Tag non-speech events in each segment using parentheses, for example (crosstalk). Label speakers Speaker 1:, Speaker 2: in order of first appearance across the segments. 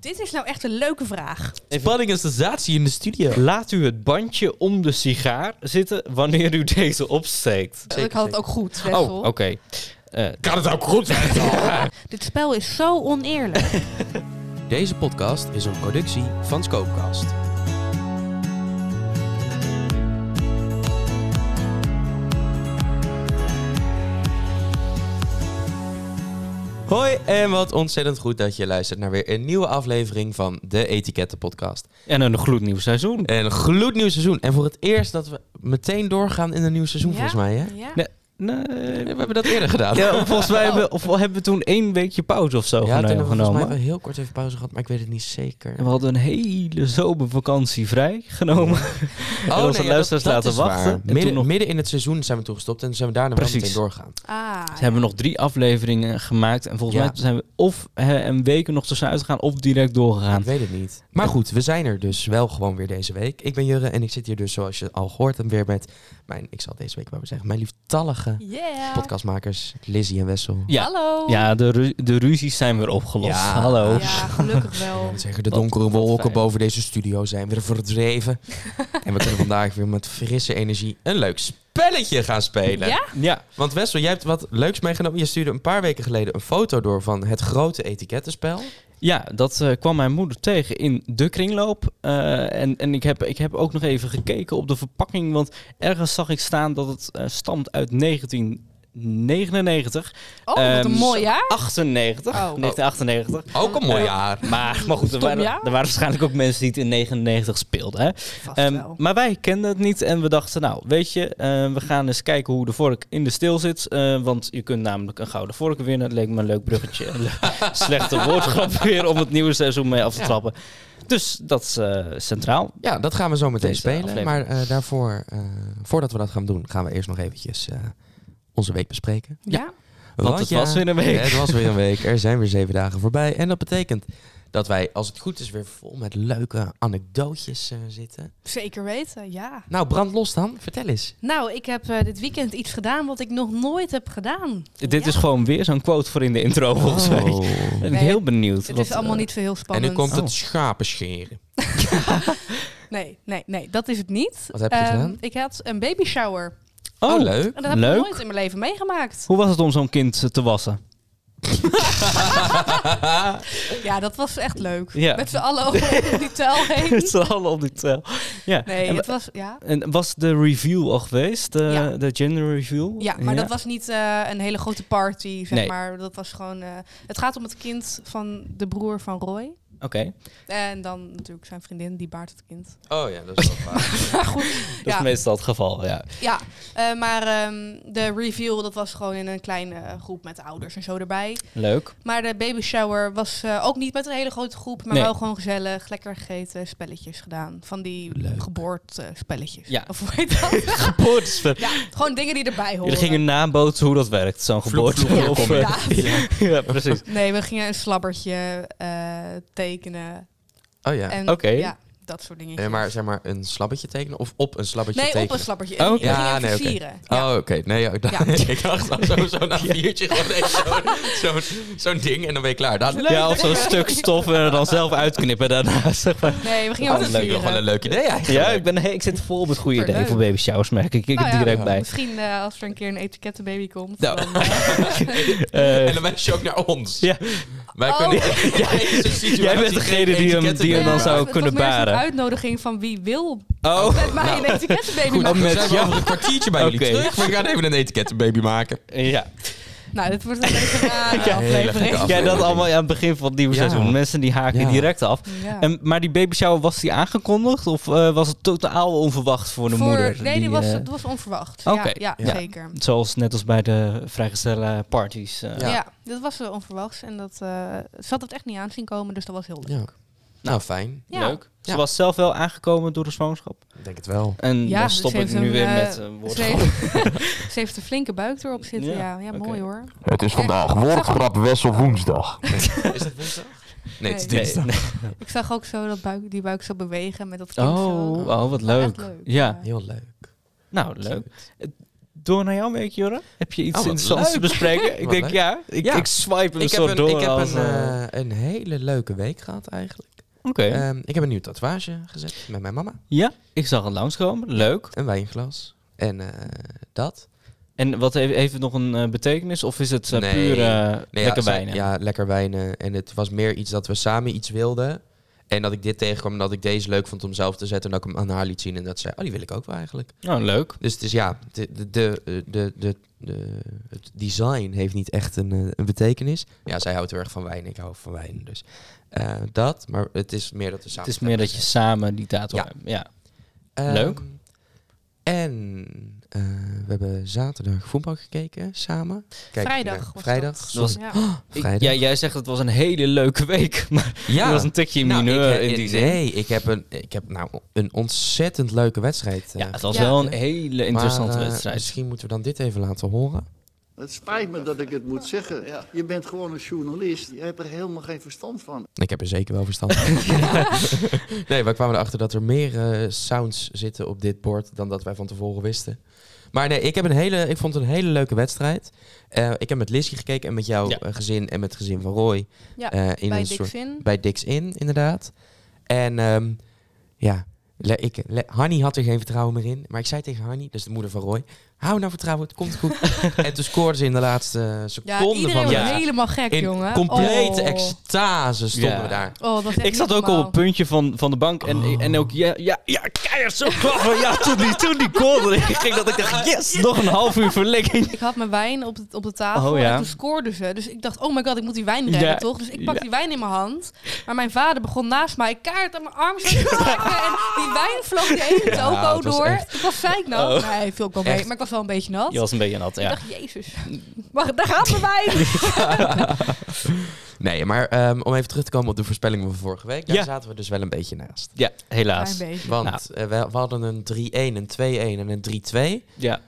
Speaker 1: Dit is nou echt een leuke vraag.
Speaker 2: Spanning en sensatie in de studio.
Speaker 3: Laat u het bandje om de sigaar zitten wanneer u (laughs) deze opsteekt.
Speaker 1: ik had het ook goed,
Speaker 3: Oh,
Speaker 1: Wessel.
Speaker 3: oké. Eh,
Speaker 2: Kan het ook goed zijn?
Speaker 1: Dit spel is zo oneerlijk.
Speaker 4: Deze podcast is een productie van Scopecast. Hoi en wat ontzettend goed dat je luistert naar weer een nieuwe aflevering van de Etiketten Podcast.
Speaker 3: (laughs) en een gloednieuw seizoen.
Speaker 4: Een gloednieuw seizoen en voor het eerst dat we meteen doorgaan in een nieuw seizoen
Speaker 1: Ja.
Speaker 4: volgens mij hè?
Speaker 1: Ja.
Speaker 3: Nee.
Speaker 4: We
Speaker 3: Nee.
Speaker 4: hebben dat eerder gedaan.
Speaker 3: Ja, (laughs) volgens mij
Speaker 1: Oh.
Speaker 3: hebben, of hebben we toen één weekje pauze of zo
Speaker 4: Ja, toen
Speaker 3: geno-
Speaker 4: hebben we volgens mij
Speaker 3: genomen.
Speaker 4: wel heel kort even pauze gehad, maar ik weet het niet zeker.
Speaker 3: En we hadden een hele zomervakantie vrij genomen. En onze luisteraars laten
Speaker 4: is
Speaker 3: wachten.
Speaker 4: waar.
Speaker 3: En toen
Speaker 4: Midden,
Speaker 3: nog-
Speaker 4: midden in het seizoen zijn we toen gestopt en zijn we daarna wel
Speaker 3: Precies.
Speaker 4: meteen doorgaan.
Speaker 1: Ah,
Speaker 3: Ze hebben nog drie afleveringen gemaakt. En volgens
Speaker 4: Ja.
Speaker 3: mij zijn we of hè, een week er nog tussenuit gegaan of direct doorgegaan.
Speaker 4: Ik weet het niet. Maar goed, we zijn er dus wel gewoon weer deze week. Ik ben Jurre en ik zit hier dus, zoals je al gehoord hebt, weer met mijn, ik zal deze week maar zeggen, mijn lieftallige
Speaker 1: Yeah.
Speaker 4: podcastmakers Lizzie en Wessel.
Speaker 3: Ja.
Speaker 1: Hallo.
Speaker 3: Ja, de, ru- de ruzies zijn weer opgelost.
Speaker 4: Ja.
Speaker 3: Hallo.
Speaker 1: Ja, gelukkig wel.
Speaker 4: En zeggen de
Speaker 3: Wat-
Speaker 4: donkere
Speaker 3: wat
Speaker 4: wolken
Speaker 3: fijn.
Speaker 4: boven deze studio zijn weer
Speaker 3: (laughs)
Speaker 4: verdreven. en we kunnen vandaag weer met frisse energie een leuk spelletje gaan spelen.
Speaker 1: Ja?
Speaker 3: Ja,
Speaker 4: Want Wessel, jij hebt wat leuks meegenomen. Je stuurde een paar weken geleden een foto door van het grote etikettenspel.
Speaker 3: ja dat eh, kwam mijn moeder tegen in de kringloop. Eh, en en ik, heb, ik heb ook nog even gekeken op de verpakking. Want ergens zag ik staan dat het eh, stamt uit 1999.
Speaker 1: Oh, wat
Speaker 3: Ehm,
Speaker 1: een mooi jaar.
Speaker 3: 98.
Speaker 1: Oh.
Speaker 3: 1998.
Speaker 4: Ook een mooi
Speaker 3: Eh,
Speaker 4: jaar.
Speaker 3: Maar, maar goed, er
Speaker 1: Stom
Speaker 3: waren,
Speaker 1: jaar.
Speaker 3: er waren waarschijnlijk ook mensen die het in 99 speelden. Hè?
Speaker 1: Vast
Speaker 3: Ehm,
Speaker 1: wel.
Speaker 3: maar wij kenden het niet en we dachten, nou, weet je, eh, we gaan eens kijken hoe de vork in de stil zit. eh, want je kunt namelijk een gouden vork winnen. Het leek me een leuk bruggetje.
Speaker 1: (laughs)
Speaker 3: Een le- Slechte woordgrap weer om het nieuwe seizoen mee af te
Speaker 1: Ja.
Speaker 3: trappen. Dus dat is eh, centraal.
Speaker 4: Ja, dat gaan we zo meteen
Speaker 3: Deze
Speaker 4: spelen.
Speaker 3: aflevering.
Speaker 4: Maar eh, daarvoor, eh, voordat we dat gaan doen, gaan we eerst nog eventjes eh, onze week bespreken.
Speaker 1: ja.
Speaker 3: Want het was weer een week.
Speaker 4: Het was weer een week. Er zijn weer zeven dagen voorbij. En dat betekent dat wij, als het goed is, weer vol met leuke anekdootjes eh, zitten.
Speaker 1: Zeker weten, ja.
Speaker 4: Nou, brand los dan. Vertel eens.
Speaker 1: Nou, ik heb eh, dit weekend iets gedaan wat ik nog nooit heb gedaan.
Speaker 3: Dit
Speaker 1: Ja.
Speaker 3: is gewoon weer zo'n quote voor in de intro, volgens mij.
Speaker 4: Oh.
Speaker 3: Ben ik
Speaker 1: Nee,
Speaker 3: heel benieuwd.
Speaker 1: Het
Speaker 3: wat,
Speaker 1: is allemaal
Speaker 3: eh,
Speaker 1: niet zo heel
Speaker 4: En
Speaker 1: spannend.
Speaker 4: nu komt
Speaker 3: Oh.
Speaker 4: het schapen scheren.
Speaker 1: Nee, nee, nee, dat is het niet.
Speaker 4: Wat heb je
Speaker 1: Ehm,
Speaker 4: gedaan?
Speaker 1: Ik had een baby shower.
Speaker 3: Oh,
Speaker 4: Oh, leuk.
Speaker 1: En dat heb
Speaker 3: Leuk.
Speaker 1: ik nooit in mijn leven meegemaakt.
Speaker 3: Hoe was het om zo'n kind eh, te wassen?
Speaker 1: Ja, dat was echt leuk.
Speaker 3: Ja.
Speaker 1: Met z'n allen over die tel heen.
Speaker 3: (laughs) Het zal allemaal op die tel. Ja.
Speaker 1: Nee,
Speaker 3: En-
Speaker 1: het was... Ja,
Speaker 3: En was de review al geweest? eh,
Speaker 1: Ja.
Speaker 3: De gender review?
Speaker 1: ja maar dat was niet eh, een hele grote party, zeg
Speaker 3: Nee.
Speaker 1: maar. Dat was gewoon... eh, het gaat om het kind van de broer van Roy.
Speaker 3: Oké.
Speaker 1: En dan natuurlijk zijn vriendin, die baart het kind.
Speaker 4: Oh ja, dat is wel waar.
Speaker 1: Maar goed,
Speaker 3: Dat
Speaker 1: ja.
Speaker 3: is meestal het geval, ja.
Speaker 1: Ja, eh, maar ehm, de reveal dat was gewoon in een kleine groep met de ouders en zo erbij.
Speaker 3: Leuk.
Speaker 1: Maar de baby shower was eh, ook niet met een hele grote groep, maar
Speaker 3: Nee.
Speaker 1: wel gewoon gezellig, lekker gegeten, spelletjes gedaan. Van die
Speaker 4: Leuk.
Speaker 1: geboortespelletjes.
Speaker 3: Ja.
Speaker 1: Of hoe heet dat? (laughs)
Speaker 4: (laughs)
Speaker 3: Geboortesver.
Speaker 1: ja, gewoon dingen die erbij horen.
Speaker 3: Jullie gingen nabootsen hoe dat werkt, zo'n
Speaker 4: Vloek,
Speaker 3: geboorte.
Speaker 4: vloek,
Speaker 3: of,
Speaker 4: vloek.
Speaker 3: eh,
Speaker 1: Inderdaad.
Speaker 3: (laughs) ja, precies.
Speaker 1: Nee, we gingen een slabbertje eh, tekenen.
Speaker 4: Oh
Speaker 1: (laughs)
Speaker 4: ja.
Speaker 1: En
Speaker 3: Oké.
Speaker 1: ja, dat soort dingen.
Speaker 4: Eh, maar zeg maar een slabbetje tekenen of op een slabbetje
Speaker 1: nee,
Speaker 4: tekenen?
Speaker 1: op een slabbertje.
Speaker 3: Oh,
Speaker 1: En
Speaker 3: oké.
Speaker 1: We
Speaker 4: Ja,
Speaker 1: gingen
Speaker 4: nee,
Speaker 1: nee,
Speaker 4: oké.
Speaker 1: versieren. Ja.
Speaker 4: Oh, oké. Nee, ja, (laughs) ik dacht, ik dacht al zo- zo'n
Speaker 3: (laughs)
Speaker 4: A4'tje gewoon even zo'n zo'n- zo'n ding en dan ben je klaar. Dan,
Speaker 3: Ja, of zo'n stuk stof en er dan zelf uitknippen daarna. (laughs) Zeg maar.
Speaker 1: Nee, we gingen
Speaker 4: Oh,
Speaker 1: wat
Speaker 4: dat is nog wel een
Speaker 1: versieren.
Speaker 4: leuk idee eigenlijk.
Speaker 3: Ja, ik, ben, hey, ik zit vol op het goede idee
Speaker 1: Superleuk.
Speaker 3: voor baby showers, merk ik. Ik
Speaker 1: Nou
Speaker 3: er
Speaker 1: ja,
Speaker 3: direct bij.
Speaker 1: Misschien eh, als er een keer een etikettenbaby komt.
Speaker 4: Nou.
Speaker 1: Dan, eh,
Speaker 3: Eh,
Speaker 4: En dan wens je dus ook naar ons.
Speaker 3: Ja.
Speaker 4: Wij
Speaker 1: Oh.
Speaker 3: (laughs)
Speaker 4: kunnen (laughs) Deze situatie
Speaker 3: Jij bent degene die hem-
Speaker 4: geen
Speaker 3: die hem dan
Speaker 4: etiketten
Speaker 3: zou
Speaker 1: het was
Speaker 3: kunnen
Speaker 1: meer zo'n
Speaker 3: baren.
Speaker 1: uitnodiging van wie wil
Speaker 3: oh,
Speaker 1: met mij een etikettenbaby
Speaker 4: Goed, dan
Speaker 1: maken.
Speaker 3: met
Speaker 4: zijn we
Speaker 3: jou.
Speaker 4: over een kwartiertje bij
Speaker 3: Oké.
Speaker 4: jullie terug. We gaan even een etikettenbaby maken.
Speaker 3: ja.
Speaker 1: Nou, dit wordt een leuke rare
Speaker 3: (laughs) Ja,
Speaker 4: hele
Speaker 1: aflevering.
Speaker 4: gekke
Speaker 3: Jij dat allemaal aan het begin van het nieuwe
Speaker 4: Ja.
Speaker 3: seizoen. Mensen die haken je
Speaker 4: Ja.
Speaker 3: direct af.
Speaker 1: Ja.
Speaker 3: En, maar die baby shower, was die aangekondigd? Of eh, was het totaal onverwacht voor de
Speaker 1: Voor-
Speaker 3: moeder?
Speaker 1: Nee, die was,
Speaker 3: eh,
Speaker 1: dat was onverwacht.
Speaker 3: Oké.
Speaker 1: Ja, ja,
Speaker 4: Ja.
Speaker 1: zeker.
Speaker 3: Zoals net als bij de vrijgestellen parties. eh.
Speaker 1: Ja.
Speaker 4: Ja.
Speaker 1: dat was wel onverwachts. En dat, eh, ze had het echt niet aan zien komen, dus dat was heel leuk.
Speaker 4: Ja. Nou, fijn.
Speaker 1: Ja.
Speaker 3: Leuk. Ze
Speaker 4: Ja.
Speaker 3: was zelf wel aangekomen door de zwangerschap.
Speaker 4: Ik denk het wel.
Speaker 3: En
Speaker 1: Ja,
Speaker 3: dan
Speaker 1: dus
Speaker 3: stop
Speaker 1: ze
Speaker 3: ik
Speaker 1: heeft
Speaker 3: nu
Speaker 1: een,
Speaker 3: weer
Speaker 1: eh,
Speaker 3: met een
Speaker 1: Ze
Speaker 3: woord.
Speaker 1: heeft, ze heeft (laughs) een flinke buik erop zitten.
Speaker 3: Ja,
Speaker 1: Ja, ja,
Speaker 3: oké.
Speaker 1: mooi hoor.
Speaker 5: Het is vandaag woordgrap Wessel woensdag.
Speaker 4: Is het woensdag? Nee, het is
Speaker 1: Nee.
Speaker 4: dinsdag.
Speaker 1: Ik zag ook zo dat buik, die buik zo bewegen met dat kind
Speaker 3: (laughs) Oh,
Speaker 1: zo.
Speaker 3: oh, wat
Speaker 1: Nou, echt
Speaker 3: leuk. Ja.
Speaker 4: Heel leuk.
Speaker 3: Nou, leuk. door naar jouw week, Jorre. Heb je iets
Speaker 4: Oh, wat
Speaker 3: interessants te
Speaker 4: leuk.
Speaker 3: (laughs) bespreken? ik
Speaker 4: Wat
Speaker 3: denk,
Speaker 4: leuk.
Speaker 3: ja ik,
Speaker 4: Ja.
Speaker 3: ik swipe hem
Speaker 4: Ik heb,
Speaker 3: zo
Speaker 4: een,
Speaker 3: door.
Speaker 4: ik heb
Speaker 3: als,
Speaker 4: een,
Speaker 3: eh,
Speaker 4: eh, een hele leuke week gehad eigenlijk.
Speaker 3: Oké.
Speaker 4: Ehm, ik heb een nieuwe tatoeage gezet met mijn mama.
Speaker 3: ja, ik zag een lounge komen. Leuk.
Speaker 4: Een wijnglas. En eh, dat.
Speaker 3: En wat heeft, heeft het nog een eh, betekenis? Of is het eh,
Speaker 4: Nee.
Speaker 3: puur eh,
Speaker 4: Nee,
Speaker 3: lekker
Speaker 4: ja, zij-
Speaker 3: wijnen?
Speaker 4: Ja, lekker wijnen. En het was meer iets dat we samen iets wilden. En dat ik dit tegenkwam en dat ik deze leuk vond om zelf te zetten. En dat ik hem aan haar liet zien. En dat zei, oh, die wil ik ook wel eigenlijk.
Speaker 3: Nou, leuk.
Speaker 4: Dus het is ja, de, de, de, de, de, de- het design heeft niet echt een, eh, een betekenis. Ja, zij houdt heel erg van wijn. Ik hou van wijn. Dus eh, dat. Maar het is meer dat we
Speaker 3: Het
Speaker 4: samen...
Speaker 3: is meer dat je samen die datum
Speaker 4: Ja.
Speaker 3: hebt. Ja.
Speaker 4: Ehm,
Speaker 3: Leuk.
Speaker 4: En eh, we hebben zaterdag voetbal gekeken samen. Kijk,
Speaker 1: Vrijdag.
Speaker 4: nou,
Speaker 1: was
Speaker 4: vrijdag.
Speaker 1: dat.
Speaker 3: zoals-
Speaker 1: Ja.
Speaker 3: Ik-
Speaker 4: Vrijdag.
Speaker 3: ja, jij zegt het was een hele leuke week. (laughs) Maar
Speaker 4: Ja.
Speaker 3: het was een tikje
Speaker 4: Nou,
Speaker 3: mineur
Speaker 4: ik, eh,
Speaker 3: in die zin.
Speaker 4: nee, ik heb een, ik heb nou een ontzettend leuke wedstrijd. eh,
Speaker 3: Ja, het was
Speaker 1: Ja.
Speaker 3: wel een hele interessante
Speaker 4: maar, eh,
Speaker 3: wedstrijd.
Speaker 4: Misschien moeten we dan dit even laten horen.
Speaker 6: Het spijt me dat ik het moet zeggen. Je bent gewoon een journalist. Je hebt er helemaal geen verstand van.
Speaker 4: Ik heb er zeker wel verstand van.
Speaker 3: (laughs)
Speaker 4: (laughs) nee, we kwamen erachter dat er meer eh, sounds zitten op dit bord dan dat wij van tevoren wisten. Maar nee, ik, heb een hele, ik vond het een hele leuke wedstrijd. Eh, ik heb met Lizzie gekeken en met jouw
Speaker 3: Ja.
Speaker 4: eh, gezin en met het gezin van Roy.
Speaker 1: Ja,
Speaker 4: eh, in
Speaker 1: Bij
Speaker 4: een
Speaker 1: Dick
Speaker 4: soort,
Speaker 1: Vin.
Speaker 4: bij Dix in, inderdaad. En ehm, ja, le- ik, le- Hanny had er geen vertrouwen meer in. Maar ik zei tegen Hanny, dus de moeder van Roy, hou nou vertrouwen, het komt
Speaker 1: (laughs)
Speaker 4: goed. en toen scoorden ze in de laatste
Speaker 1: Ja,
Speaker 4: seconde
Speaker 1: iedereen
Speaker 4: van
Speaker 1: was
Speaker 4: de
Speaker 3: Ja.
Speaker 1: helemaal gek,
Speaker 4: In
Speaker 1: jongen.
Speaker 4: complete
Speaker 1: oh.
Speaker 4: extase stonden
Speaker 3: Ja.
Speaker 4: we daar.
Speaker 1: Oh, dat was echt
Speaker 3: Ik zat
Speaker 1: niet
Speaker 3: ook op
Speaker 1: normaal.
Speaker 3: het puntje van, van de bank. En, en ook, ja, ja, ja keihard zo klappen. Ja, toen die, toen die goal erin ging, dat ik dacht, yes, nog een half uur
Speaker 1: (laughs)
Speaker 3: verlenging.
Speaker 1: Ik had mijn wijn op, het, op de tafel
Speaker 3: Oh, ja.
Speaker 1: en toen scoorden ze. Dus ik dacht, oh my god, ik moet die wijn redden,
Speaker 3: Ja.
Speaker 1: toch? Dus ik pak
Speaker 3: Ja.
Speaker 1: die wijn in mijn hand. Maar mijn vader begon naast mij kaart aan mijn arm zo te trekken. En die wijn vloog die hele
Speaker 4: Ja,
Speaker 1: toko
Speaker 4: het was
Speaker 1: door.
Speaker 4: echt- Oh.
Speaker 1: Ik was zeiknat. Nee, viel ook wel mee.
Speaker 4: Echt.
Speaker 1: Maar ik was wel een beetje nat.
Speaker 3: Je was een beetje nat,
Speaker 1: Ik
Speaker 3: ja.
Speaker 1: dacht, jezus. Wacht, daar gaat mijn wijn.
Speaker 4: Nee, maar ehm, om even terug te komen op de voorspellingen van vorige week. Daar
Speaker 3: Ja. Nou.
Speaker 4: zaten we dus wel een beetje naast.
Speaker 3: Ja,
Speaker 1: Klein
Speaker 3: helaas.
Speaker 1: beetje.
Speaker 4: Want eh, we, we hadden een 3-1, een 2-1 en een 3-2.
Speaker 3: Ja.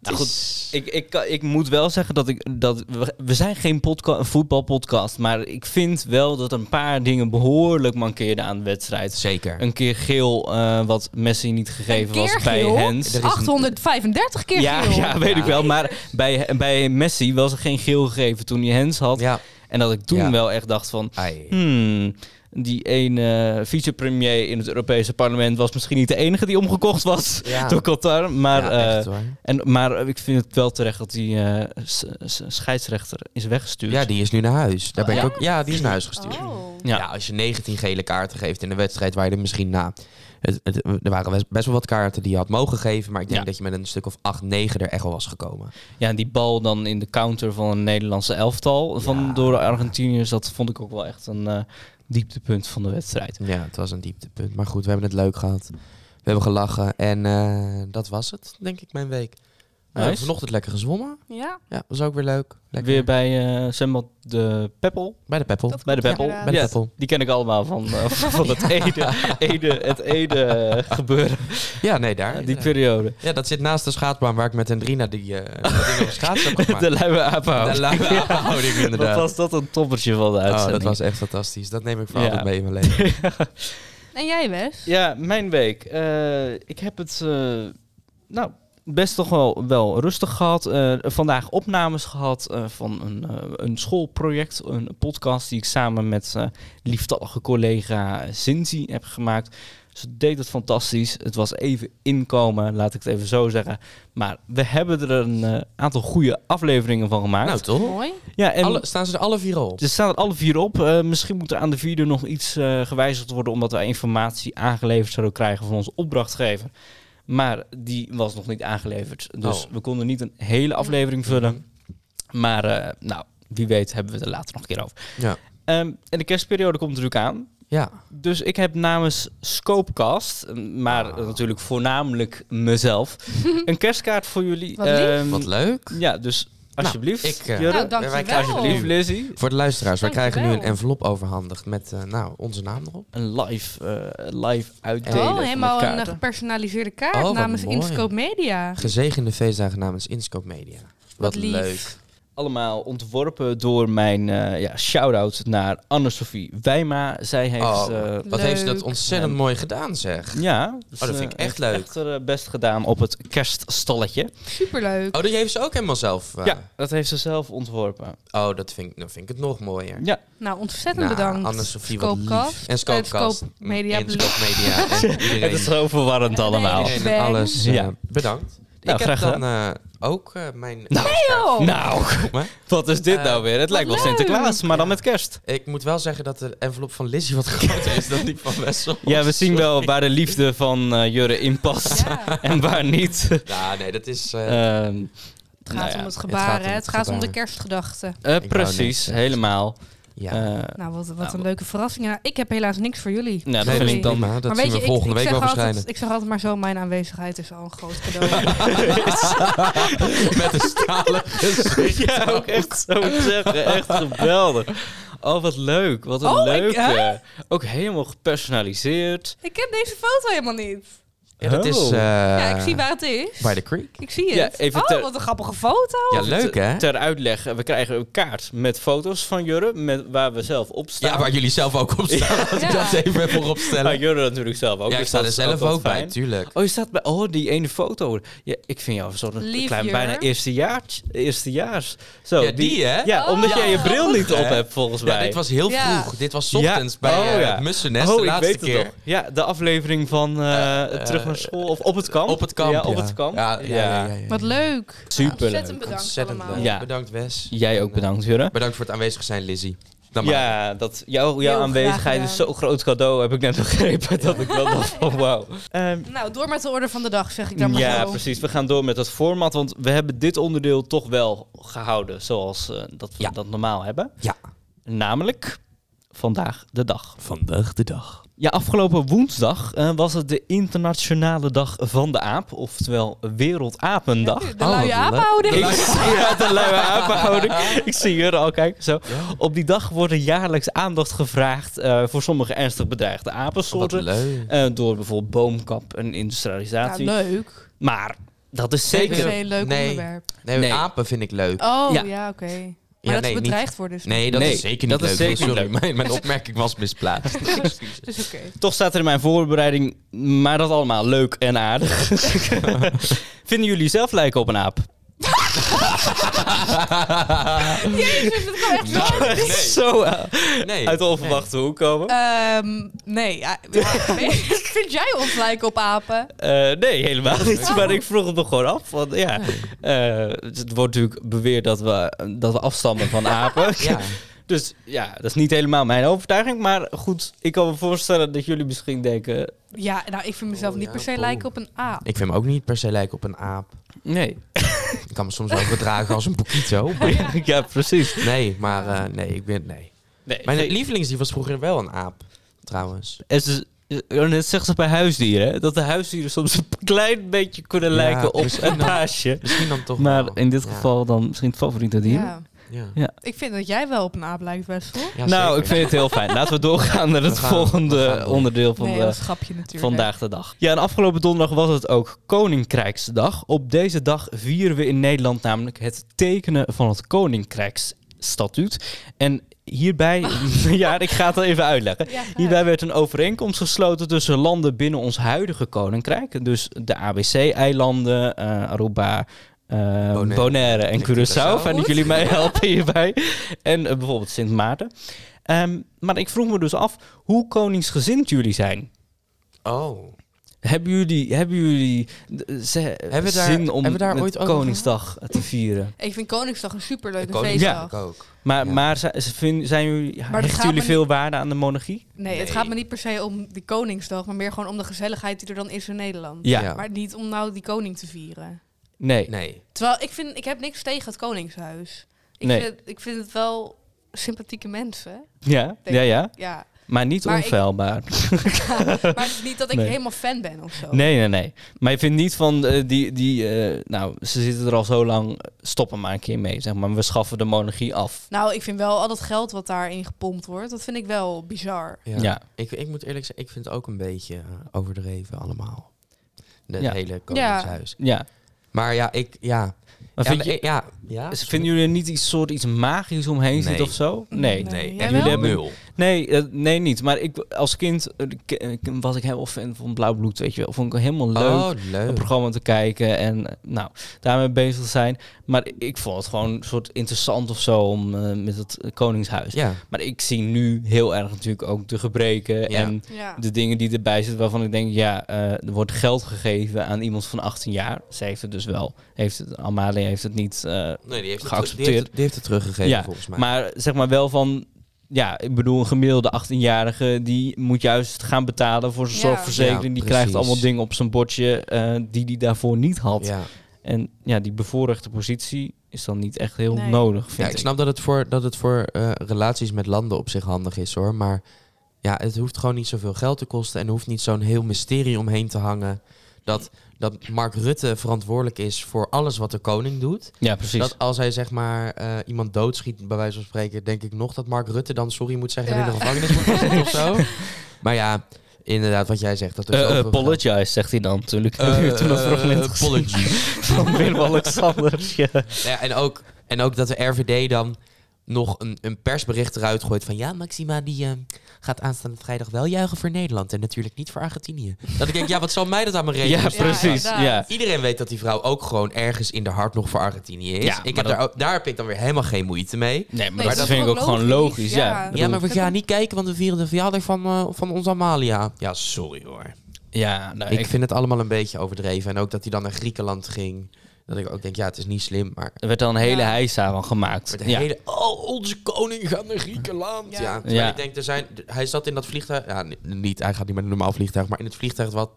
Speaker 3: Nou goed,
Speaker 4: Dus-
Speaker 3: ik, ik, kan- ik moet wel zeggen dat ik dat we, we zijn geen podca- een voetbalpodcast, maar ik vind wel dat een paar dingen behoorlijk mankeerden aan de wedstrijd.
Speaker 4: Zeker.
Speaker 3: Een keer geel eh, wat Messi niet gegeven
Speaker 1: Een keer
Speaker 3: was bij
Speaker 1: geel?
Speaker 3: Hens.
Speaker 4: Er is-
Speaker 1: 835 keer
Speaker 3: Ja,
Speaker 1: geel.
Speaker 3: (laughs) ja, weet ik wel. Maar bij, bij Messi was er geen geel gegeven toen hij Hens had.
Speaker 4: Ja.
Speaker 3: En dat ik toen
Speaker 4: Ja.
Speaker 3: wel echt dacht van...
Speaker 4: Ai.
Speaker 3: Hmm, die ene vicepremier in het Europese parlement was misschien niet de enige die omgekocht was
Speaker 4: Ja.
Speaker 3: (laughs) door Qatar. Maar,
Speaker 4: ja,
Speaker 3: eh,
Speaker 4: echt hoor.
Speaker 3: en, maar eh, ik vind het wel terecht dat die eh, s- s- scheidsrechter is weggestuurd.
Speaker 4: Ja, die is nu naar huis. Daar ben ik
Speaker 3: Ja?
Speaker 4: ook, ja, die is naar huis gestuurd.
Speaker 1: Oh.
Speaker 3: Ja.
Speaker 4: Ja. als je 19 gele kaarten geeft in een wedstrijd waar je er misschien na... Het, het- er waren best- best wel wat kaarten die je had mogen geven... maar ik denk
Speaker 3: Ja.
Speaker 4: dat je met een stuk of 8, 9 er echt wel was gekomen.
Speaker 3: Ja, die bal dan in de counter van een Nederlandse elftal van,
Speaker 4: Ja.
Speaker 3: door de Argentiniërs. Dat vond ik ook wel echt een eh, dieptepunt van de wedstrijd.
Speaker 4: Ja, het was een dieptepunt. Maar goed, we hebben het leuk gehad. We hebben gelachen en eh, dat was het, denk ik, mijn week. Nou, We hebben
Speaker 3: Nice.
Speaker 4: vanochtend lekker gezwommen.
Speaker 1: Ja,
Speaker 4: Ja, was ook weer leuk. Lekker.
Speaker 3: Weer bij eh Sembad de Peppel.
Speaker 4: bij de Peppel.
Speaker 3: Bij de
Speaker 1: klopt,
Speaker 3: Peppel.
Speaker 1: inderdaad.
Speaker 4: Bij de
Speaker 3: Ja,
Speaker 4: Peppel.
Speaker 3: Die ken ik allemaal van, eh, van het Ede, Ede, het Ede eh, gebeuren.
Speaker 4: Ja, nee, daar.
Speaker 3: die periode.
Speaker 4: ja, dat zit naast de schaatsbaan waar ik met Hendrina die eh dingen op de schaats heb gemaakt.
Speaker 3: (laughs) De luie apenhouding.
Speaker 4: De Oh, luie apenhouding, inderdaad.
Speaker 3: Wat was dat een toppertje van de
Speaker 4: Oh,
Speaker 3: uitzending.
Speaker 4: dat was echt fantastisch. Dat neem ik voor
Speaker 3: Ja.
Speaker 4: altijd mee in mijn leven.
Speaker 3: (laughs)
Speaker 1: en jij Wes?
Speaker 3: Ja, mijn week. Eh, ik heb het eh, nou, best toch wel, wel rustig gehad. Eh, vandaag opnames gehad eh, van een, eh, een schoolproject. Een podcast die ik samen met eh, lieftallige collega Cindy heb gemaakt. Ze deed het fantastisch. Het was even inkomen, laat ik het even zo zeggen. Maar we hebben er een eh, aantal goede afleveringen van gemaakt.
Speaker 4: Nou, toch?
Speaker 1: Mooi.
Speaker 3: ja, en
Speaker 4: Alle, staan ze er alle vier al op?
Speaker 3: Ze staan er alle vier op. Eh, misschien moet er aan de vierde nog iets eh, gewijzigd worden, omdat wij informatie aangeleverd zouden krijgen van onze opdrachtgever. Maar die was nog niet aangeleverd. Dus
Speaker 4: Oh. Mhm.
Speaker 3: we konden niet een hele aflevering vullen. Maar eh, nou, wie weet hebben we het er later nog een keer over.
Speaker 4: Ja.
Speaker 3: Ehm, en de kerstperiode komt natuurlijk aan.
Speaker 4: Ja.
Speaker 3: Dus ik heb namens Scopecast, maar
Speaker 4: Ah.
Speaker 3: natuurlijk voornamelijk
Speaker 4: (laughs)
Speaker 3: mezelf, een kerstkaart voor jullie.
Speaker 1: Wat lief.
Speaker 3: Ehm,
Speaker 4: Wat leuk.
Speaker 3: ja, dus alsjeblieft.
Speaker 4: ik, eh,
Speaker 3: Jurre.
Speaker 1: Nou, dankjewel.
Speaker 4: wij krijgen
Speaker 3: alsjeblieft,
Speaker 4: nu-
Speaker 3: Lizzie.
Speaker 4: Voor de luisteraars, wij krijgen nu een
Speaker 1: Dankjewel.
Speaker 4: envelop overhandigd met eh, nou, onze naam erop.
Speaker 3: een live, eh, live uitdelen.
Speaker 1: Oh,
Speaker 3: van de
Speaker 1: helemaal een eh,
Speaker 3: kaarten.
Speaker 1: gepersonaliseerde kaart
Speaker 4: Oh, wat
Speaker 1: namens
Speaker 4: mooi.
Speaker 1: Inscope Media.
Speaker 4: Gezegende feestdagen namens Inscope Media. Wat,
Speaker 1: lief.
Speaker 4: leuk.
Speaker 3: Allemaal ontworpen door mijn eh, ja, shout-out naar Anne-Sophie Wijma. Zij heeft...
Speaker 4: Oh,
Speaker 3: eh,
Speaker 4: Wat heeft ze dat
Speaker 1: Leuk.
Speaker 4: ontzettend mooi gedaan, zeg.
Speaker 3: ja,
Speaker 4: dat
Speaker 3: ze
Speaker 4: vind ik echt
Speaker 3: heeft
Speaker 4: leuk.
Speaker 3: Echt haar eh, best gedaan op het kerststalletje.
Speaker 1: Superleuk.
Speaker 4: Oh, die heeft ze ook helemaal zelf. eh,
Speaker 3: Ja, dat heeft ze zelf ontworpen.
Speaker 4: Oh, dat vind, ik- dan vind ik het nog mooier.
Speaker 3: Ja,
Speaker 1: Nou, ontzettend
Speaker 4: Nou,
Speaker 1: bedankt.
Speaker 4: Anne-Sophie, wat lief.
Speaker 1: Scoopcast.
Speaker 4: En
Speaker 1: Eh,
Speaker 4: Scoopcast.
Speaker 1: Scoop Media
Speaker 4: En
Speaker 1: Blue.
Speaker 4: (laughs) Scoop
Speaker 1: (laughs)
Speaker 4: Media. En iedereen.
Speaker 3: het is zo verwarrend allemaal.
Speaker 4: Iedereen en
Speaker 1: Bang.
Speaker 4: alles. eh,
Speaker 3: Ja.
Speaker 4: Bedankt.
Speaker 3: Nou,
Speaker 4: ik heb
Speaker 3: graag
Speaker 4: dan eh, ook eh, mijn...
Speaker 1: joh!
Speaker 3: Nou,
Speaker 4: Oh. Maar
Speaker 3: (laughs) wat is dit
Speaker 4: Eh,
Speaker 3: nou weer? Het lijkt wel
Speaker 1: leuk.
Speaker 3: Sinterklaas, maar dan met kerst.
Speaker 4: Ik moet wel zeggen dat de envelop van Lizzie wat (laughs) groter is dan die van Wessel.
Speaker 3: Ja, we zien wel waar de liefde van eh, Jurre in past
Speaker 4: Nou
Speaker 1: Ja,
Speaker 3: en waar niet.
Speaker 4: (laughs) Ja, nee, dat is... eh,
Speaker 3: Ehm,
Speaker 1: het gaat
Speaker 3: Nou ja,
Speaker 1: om het
Speaker 4: het gaat
Speaker 1: gebaar,
Speaker 4: om
Speaker 1: hè?
Speaker 4: het
Speaker 1: Het gaat om de
Speaker 4: gebaar.
Speaker 1: kerstgedachten.
Speaker 3: eh,
Speaker 4: net
Speaker 3: precies,
Speaker 4: zeggen.
Speaker 3: helemaal.
Speaker 4: ja.
Speaker 3: Eh,
Speaker 1: Nou, wat, wat
Speaker 3: Nou,
Speaker 1: een leuke verrassing. Nou, ik heb helaas niks voor jullie.
Speaker 3: nou, dat
Speaker 4: nee,
Speaker 3: vind
Speaker 1: sorry.
Speaker 3: ik dan...
Speaker 4: prima. Mm, Dat
Speaker 1: maar weet
Speaker 4: zien
Speaker 1: je,
Speaker 4: we
Speaker 1: ik-
Speaker 4: volgende
Speaker 1: ik,
Speaker 4: week
Speaker 1: zeg
Speaker 4: wel verschijnen.
Speaker 1: altijd, ik zeg altijd maar zo, mijn aanwezigheid is al een groot
Speaker 4: (laughs)
Speaker 1: cadeau.
Speaker 4: Met een stalen (laughs) gezicht.
Speaker 3: (laughs) Ja, ook echt zo zeggen.
Speaker 4: (laughs)
Speaker 3: Echt geweldig. Oh, wat leuk. Wat een
Speaker 1: Oh, ik-
Speaker 3: leuke.
Speaker 1: hè?
Speaker 3: Ook helemaal gepersonaliseerd.
Speaker 1: ik ken deze foto helemaal niet.
Speaker 4: Ja, dat is...
Speaker 3: Oh.
Speaker 4: eh,
Speaker 1: ja, ik zie waar het is.
Speaker 4: By the Creek.
Speaker 1: Ik zie
Speaker 3: Ja,
Speaker 1: het.
Speaker 3: even
Speaker 1: oh,
Speaker 3: ter-
Speaker 1: wat een grappige foto.
Speaker 4: Ja, leuk hè?
Speaker 3: Ter uitleg, eh, we krijgen een kaart met foto's van Jurre, met, waar we zelf op staan.
Speaker 4: Ja, waar jullie zelf ook op staan. Laat ik
Speaker 1: Ja.
Speaker 4: dat even voorop
Speaker 3: Maar
Speaker 4: stellen.
Speaker 3: Jurre natuurlijk zelf ook.
Speaker 4: Ja, ik
Speaker 3: dus
Speaker 4: sta
Speaker 3: dat
Speaker 4: er
Speaker 3: is
Speaker 4: zelf
Speaker 3: wel
Speaker 4: ook bij,
Speaker 3: fijn.
Speaker 4: tuurlijk.
Speaker 3: Oh, je staat bij... Oh, die ene foto. Ja, ik vind jou zo'n
Speaker 1: Lief,
Speaker 3: klein,
Speaker 1: Jurre.
Speaker 3: bijna eerstejaars. eerstejaars. Zo,
Speaker 4: Ja, die, hè?
Speaker 3: Ja,
Speaker 1: Oh,
Speaker 3: omdat jij je
Speaker 1: ja.
Speaker 3: bril niet op
Speaker 4: Hè?
Speaker 3: hebt, volgens
Speaker 4: Ja,
Speaker 3: mij.
Speaker 4: dit was heel
Speaker 1: Ja.
Speaker 4: vroeg. Dit was
Speaker 3: Ja.
Speaker 4: ochtends bij
Speaker 3: Oh,
Speaker 4: eh,
Speaker 3: ja.
Speaker 4: het mussennest
Speaker 3: oh,
Speaker 4: de
Speaker 3: ik
Speaker 4: laatste
Speaker 3: weet het
Speaker 4: keer.
Speaker 3: nog. Ja, de aflevering van eh,
Speaker 4: Eh,
Speaker 3: Terug naar school. Of op het kamp.
Speaker 4: Op het kamp.
Speaker 3: Ja, op het kamp.
Speaker 4: Ja, ja, ja, ja, ja.
Speaker 1: Wat leuk.
Speaker 3: Superleuk.
Speaker 1: Nou, Ontzettend bedankt
Speaker 4: Ontzettend
Speaker 1: allemaal.
Speaker 4: leuk.
Speaker 3: Ja.
Speaker 4: Bedankt Wes.
Speaker 3: Jij ook bedankt, Jurre.
Speaker 4: Bedankt voor het aanwezig zijn, Lizzie. Dan maar.
Speaker 3: Ja, dat, jouw, jouw
Speaker 1: Heel graag
Speaker 3: aanwezigheid
Speaker 1: gedaan.
Speaker 3: is zo'n groot cadeau, heb ik net begrepen. (laughs) Dat ik wel dacht van wauw. Ehm,
Speaker 1: Nou, door met de orde van de dag, zeg ik dan maar
Speaker 3: ja,
Speaker 1: zo.
Speaker 3: precies. We gaan door met dat format, want we hebben dit onderdeel toch wel gehouden zoals eh, dat we
Speaker 4: Ja.
Speaker 3: dat normaal hebben.
Speaker 4: Ja.
Speaker 3: Namelijk vandaag de dag.
Speaker 4: Vandaag de dag.
Speaker 3: Ja, afgelopen woensdag eh, was het de internationale dag van de aap, oftewel Wereldapendag.
Speaker 1: De
Speaker 4: Oh,
Speaker 1: luie
Speaker 4: wat leuk.
Speaker 1: apenhouding.
Speaker 3: Ik zie ja, de luie apenhouding. Ik zie jullie al kijken. Zo.
Speaker 4: Ja.
Speaker 3: Op die dag wordt er jaarlijks aandacht gevraagd eh, voor sommige ernstig bedreigde
Speaker 4: Wat
Speaker 3: apensoorten.
Speaker 4: leuk.
Speaker 3: Eh, door bijvoorbeeld boomkap en
Speaker 1: Ja,
Speaker 3: industrialisatie.
Speaker 1: leuk.
Speaker 3: maar dat is
Speaker 1: Zeker.
Speaker 3: zeker.
Speaker 1: een heel leuk
Speaker 4: Nee.
Speaker 1: onderwerp.
Speaker 4: Nee,
Speaker 3: Nee.
Speaker 4: apen vind ik leuk.
Speaker 1: Oh,
Speaker 3: Ja.
Speaker 1: ja, oké. Maar dat
Speaker 4: nee,
Speaker 1: ze
Speaker 4: niet-
Speaker 1: bedreigd worden. is-
Speaker 4: Nee, dat
Speaker 3: Nee,
Speaker 4: is zeker niet
Speaker 3: dat
Speaker 4: leuk.
Speaker 3: is zeker
Speaker 4: Sorry,
Speaker 3: niet leuk.
Speaker 4: Mijn, mijn opmerking was
Speaker 3: (laughs)
Speaker 4: misplaatst.
Speaker 1: Dus oké.
Speaker 3: Toch staat er in mijn voorbereiding, maar dat allemaal leuk en (laughs) aardig. Vinden jullie zelf lijken op een aap?
Speaker 1: Jezus, dat kan echt
Speaker 4: Nou.
Speaker 1: zo.
Speaker 3: Nee. (laughs) Zo Nou, eh,
Speaker 4: Nee.
Speaker 3: uit de onverwachte hoek komen.
Speaker 1: Ehm, nee, ja, (laughs) nee. vind jij ons lijken op apen?
Speaker 3: Eh, nee, helemaal niet. Maar ik vroeg het me gewoon af. Want, ja, eh, het wordt natuurlijk beweerd dat we, dat we afstammen (laughs) van apen.
Speaker 4: Ja.
Speaker 3: Dus ja, dat is niet helemaal mijn overtuiging. Maar goed, ik kan me voorstellen dat jullie misschien denken...
Speaker 1: Ja, nou, ik vind mezelf
Speaker 4: Oh,
Speaker 1: niet
Speaker 4: ja,
Speaker 1: per se
Speaker 4: boe.
Speaker 1: lijken op een aap.
Speaker 4: Ik vind hem ook niet per se lijken op een aap.
Speaker 3: Nee.
Speaker 4: Ik kan me soms wel gedragen als een boekito.
Speaker 3: (laughs) ja, precies.
Speaker 4: Nee, maar eh, nee, ik ben... Nee.
Speaker 3: Nee,
Speaker 4: Mijn
Speaker 3: geen-
Speaker 4: lievelings die was vroeger wel een aap, trouwens.
Speaker 3: En ze, eh, en dat zegt ze bij huisdieren, hè, dat de huisdieren soms een klein beetje kunnen
Speaker 4: Ja,
Speaker 3: lijken op
Speaker 4: misschien
Speaker 3: een
Speaker 4: wel.
Speaker 3: paasje.
Speaker 4: Misschien dan toch wel.
Speaker 3: Maar in dit
Speaker 4: Ja.
Speaker 3: geval dan misschien het favoriete dier.
Speaker 1: Ja.
Speaker 4: Ja.
Speaker 1: Ik vind dat jij wel op een aap lijkt, Wessel.
Speaker 4: Ja,
Speaker 3: nou,
Speaker 4: zeker.
Speaker 3: ik vind het heel fijn. Laten we doorgaan naar het
Speaker 4: We gaan-
Speaker 3: volgende
Speaker 4: we gaan door.
Speaker 3: onderdeel van
Speaker 1: Nee,
Speaker 3: de
Speaker 1: dat is een grapje natuurlijk.
Speaker 3: Vandaag de dag. Ja, en afgelopen donderdag was het ook Koninkrijksdag. Op deze dag vieren we in Nederland namelijk het tekenen van het Koninkrijksstatuut. En hierbij, (laughs) ja, ik ga het wel even uitleggen.
Speaker 1: Ja, graag.
Speaker 3: Hierbij werd een overeenkomst gesloten tussen landen binnen ons huidige koninkrijk. Dus de ABC-eilanden, eh, Aruba, eh, Bonaire.
Speaker 4: Bonaire.
Speaker 3: en
Speaker 4: Klinkt
Speaker 3: Curaçao.
Speaker 4: Curaçao.
Speaker 3: Fijn dat
Speaker 1: Goed.
Speaker 3: jullie mij helpen hierbij. En eh, bijvoorbeeld Sint Maarten. Ehm, maar ik vroeg me dus af hoe koningsgezind jullie zijn.
Speaker 4: Oh.
Speaker 3: Hebben jullie, hebben jullie eh, ze-
Speaker 4: we daar-
Speaker 3: zin om
Speaker 4: hebben we daar
Speaker 3: het
Speaker 4: ooit over
Speaker 3: Koningsdag eh, te vieren?
Speaker 1: Ik vind Koningsdag een superleuke
Speaker 4: Koning-
Speaker 1: feestdag.
Speaker 4: Ja, ook.
Speaker 3: Maar,
Speaker 4: Ja.
Speaker 3: maar zijn, zijn jullie,
Speaker 1: dat
Speaker 3: hechten
Speaker 1: gaat
Speaker 3: jullie
Speaker 1: me
Speaker 3: veel waarde aan de monarchie?
Speaker 1: Nee, het
Speaker 4: Nee.
Speaker 1: gaat me niet per se om die Koningsdag, maar meer gewoon om de gezelligheid die er dan is in Nederland.
Speaker 3: Ja.
Speaker 4: Ja.
Speaker 1: Maar niet om nou die koning te vieren.
Speaker 3: Nee.
Speaker 4: Nee.
Speaker 1: Terwijl ik vind, ik heb niks tegen het Koningshuis. Ik,
Speaker 3: Nee.
Speaker 1: vind, het, ik vind het wel sympathieke mensen.
Speaker 3: Ja, ja, ja. (laughs)
Speaker 1: Ja.
Speaker 3: Maar niet
Speaker 1: Maar ik-
Speaker 3: onfeilbaar.
Speaker 1: maar het is niet dat ik
Speaker 3: Nee.
Speaker 1: helemaal fan ben of
Speaker 4: Oh.
Speaker 1: zo.
Speaker 3: Nee, nee, nee. Maar je vindt niet van eh, die... die eh, nou, ze zitten er al zo lang. Stoppen maar een keer mee, zeg maar. We schaffen de monarchie af.
Speaker 1: Nou, ik vind wel al dat geld wat daarin gepompt wordt, dat vind ik wel bizar.
Speaker 4: Ja.
Speaker 3: Ja.
Speaker 4: Ik, ik moet eerlijk zeggen, ik vind het ook een beetje eh, overdreven allemaal. Het
Speaker 3: Ja.
Speaker 4: hele koningshuis.
Speaker 3: Ja.
Speaker 4: Maar ja, ik, ja,
Speaker 3: Maar
Speaker 4: Ja,
Speaker 3: vind
Speaker 4: maar
Speaker 3: je,
Speaker 4: ik- ja, ja.
Speaker 3: is- vinden jullie er niet iets, soort iets magisch omheen zit
Speaker 4: Nee.
Speaker 3: of zo? Nee.
Speaker 1: Nee.
Speaker 4: Nee,
Speaker 1: Jij wel?
Speaker 4: en jullie hebben nul.
Speaker 3: Nee, eh, nee niet. Maar ik, als kind eh, k- eh, was ik helemaal fan van Blauw Bloed, weet je wel. Vond ik helemaal leuk.
Speaker 4: Oh,
Speaker 3: een
Speaker 4: leuk.
Speaker 3: programma te kijken en eh, nou, daarmee bezig zijn. Maar ik vond het gewoon een soort interessant of zo om eh, met het eh, Koningshuis.
Speaker 4: Ja.
Speaker 3: Maar ik zie nu heel erg natuurlijk ook de gebreken
Speaker 4: Ja.
Speaker 3: en
Speaker 1: Ja.
Speaker 3: de dingen die erbij zitten waarvan ik denk, ja, eh, er wordt geld gegeven aan iemand van 18 jaar. Ze heeft het dus wel, heeft het, Amalie heeft het niet, eh,
Speaker 4: Nee, die heeft, het, teru- die
Speaker 3: Geaccepteerd.
Speaker 4: heeft, het- die heeft het teruggegeven
Speaker 3: Ja,
Speaker 4: volgens mij.
Speaker 3: maar zeg maar wel van, ja, ik bedoel een gemiddelde 18-jarige die moet juist gaan betalen voor zijn
Speaker 1: Ja.
Speaker 3: zorgverzekering.
Speaker 4: Ja,
Speaker 3: die
Speaker 4: precies.
Speaker 3: krijgt allemaal dingen op zijn bordje eh, die die daarvoor niet had.
Speaker 4: ja.
Speaker 3: En ja, die bevoorrechte positie is dan niet echt heel
Speaker 1: Nee.
Speaker 3: nodig,
Speaker 4: Ja,
Speaker 3: vind
Speaker 4: ik snap dat het voor, dat het voor eh, relaties met landen op zich handig is hoor. Maar ja, het hoeft gewoon niet zoveel geld te kosten. En er hoeft niet zo'n heel mysterie omheen te hangen. Dat, dat Mark Rutte verantwoordelijk is voor alles wat de koning doet.
Speaker 3: Ja, precies.
Speaker 4: Dat als hij zeg maar eh, iemand doodschiet, bij wijze van spreken, denk ik nog dat Mark Rutte dan sorry moet zeggen en
Speaker 1: Ja.
Speaker 4: in de gevangenis moet gezet of zo. Maar ja, inderdaad, wat jij zegt. Dat er
Speaker 3: Eh, eh,
Speaker 4: zoveel geld-
Speaker 3: apologize, zegt hij dan natuurlijk.
Speaker 4: Eh,
Speaker 3: Heb je (laughs) toen een
Speaker 4: eh,
Speaker 3: fragment gezien
Speaker 4: apologies.
Speaker 3: (laughs) van Willem-Alexander. Ja.
Speaker 4: Ja, en, ook, en ook dat de RVD dan nog een, een persbericht eruit gooit van... ja, Maxima die eh, gaat aanstaande vrijdag wel juichen voor Nederland... en natuurlijk niet voor Argentinië. Dat ik denk, ja, wat zal mij dat aan mijn reden?
Speaker 3: ja, precies. Ja,
Speaker 1: inderdaad.
Speaker 3: ja.
Speaker 4: Iedereen weet dat die vrouw ook gewoon ergens in de hart nog voor Argentinië is.
Speaker 3: Ja,
Speaker 4: ik
Speaker 3: maar
Speaker 4: heb daar, ook- daar heb ik dan weer helemaal geen moeite mee.
Speaker 3: Nee, maar
Speaker 1: Nee,
Speaker 3: dat,
Speaker 1: dat is
Speaker 3: vind ik
Speaker 1: ook
Speaker 3: ook gewoon
Speaker 1: logisch,
Speaker 3: logisch.
Speaker 1: ja.
Speaker 3: Ja,
Speaker 4: Ja, maar we gaan niet kijken, want we vieren de verjaardag van, eh, van onze Amalia. Ja, sorry hoor.
Speaker 3: ja nou,
Speaker 4: Ik
Speaker 3: ik,
Speaker 4: vind het allemaal een beetje overdreven. En ook dat hij dan naar Griekenland ging. Dat ik ook denk, ja, het is niet slim, maar...
Speaker 3: er werd dan een hele
Speaker 1: Ja.
Speaker 3: heisa van gemaakt.
Speaker 4: Met de
Speaker 3: Ja.
Speaker 4: hele, oh, onze koning gaat naar Griekenland. Ja,
Speaker 1: Ja.
Speaker 4: terwijl
Speaker 3: Ja.
Speaker 4: ik denk, er zijn, d- hij zat in dat vliegtuig... Ja, n- niet, hij gaat niet met een normaal vliegtuig. Maar in het vliegtuig wat,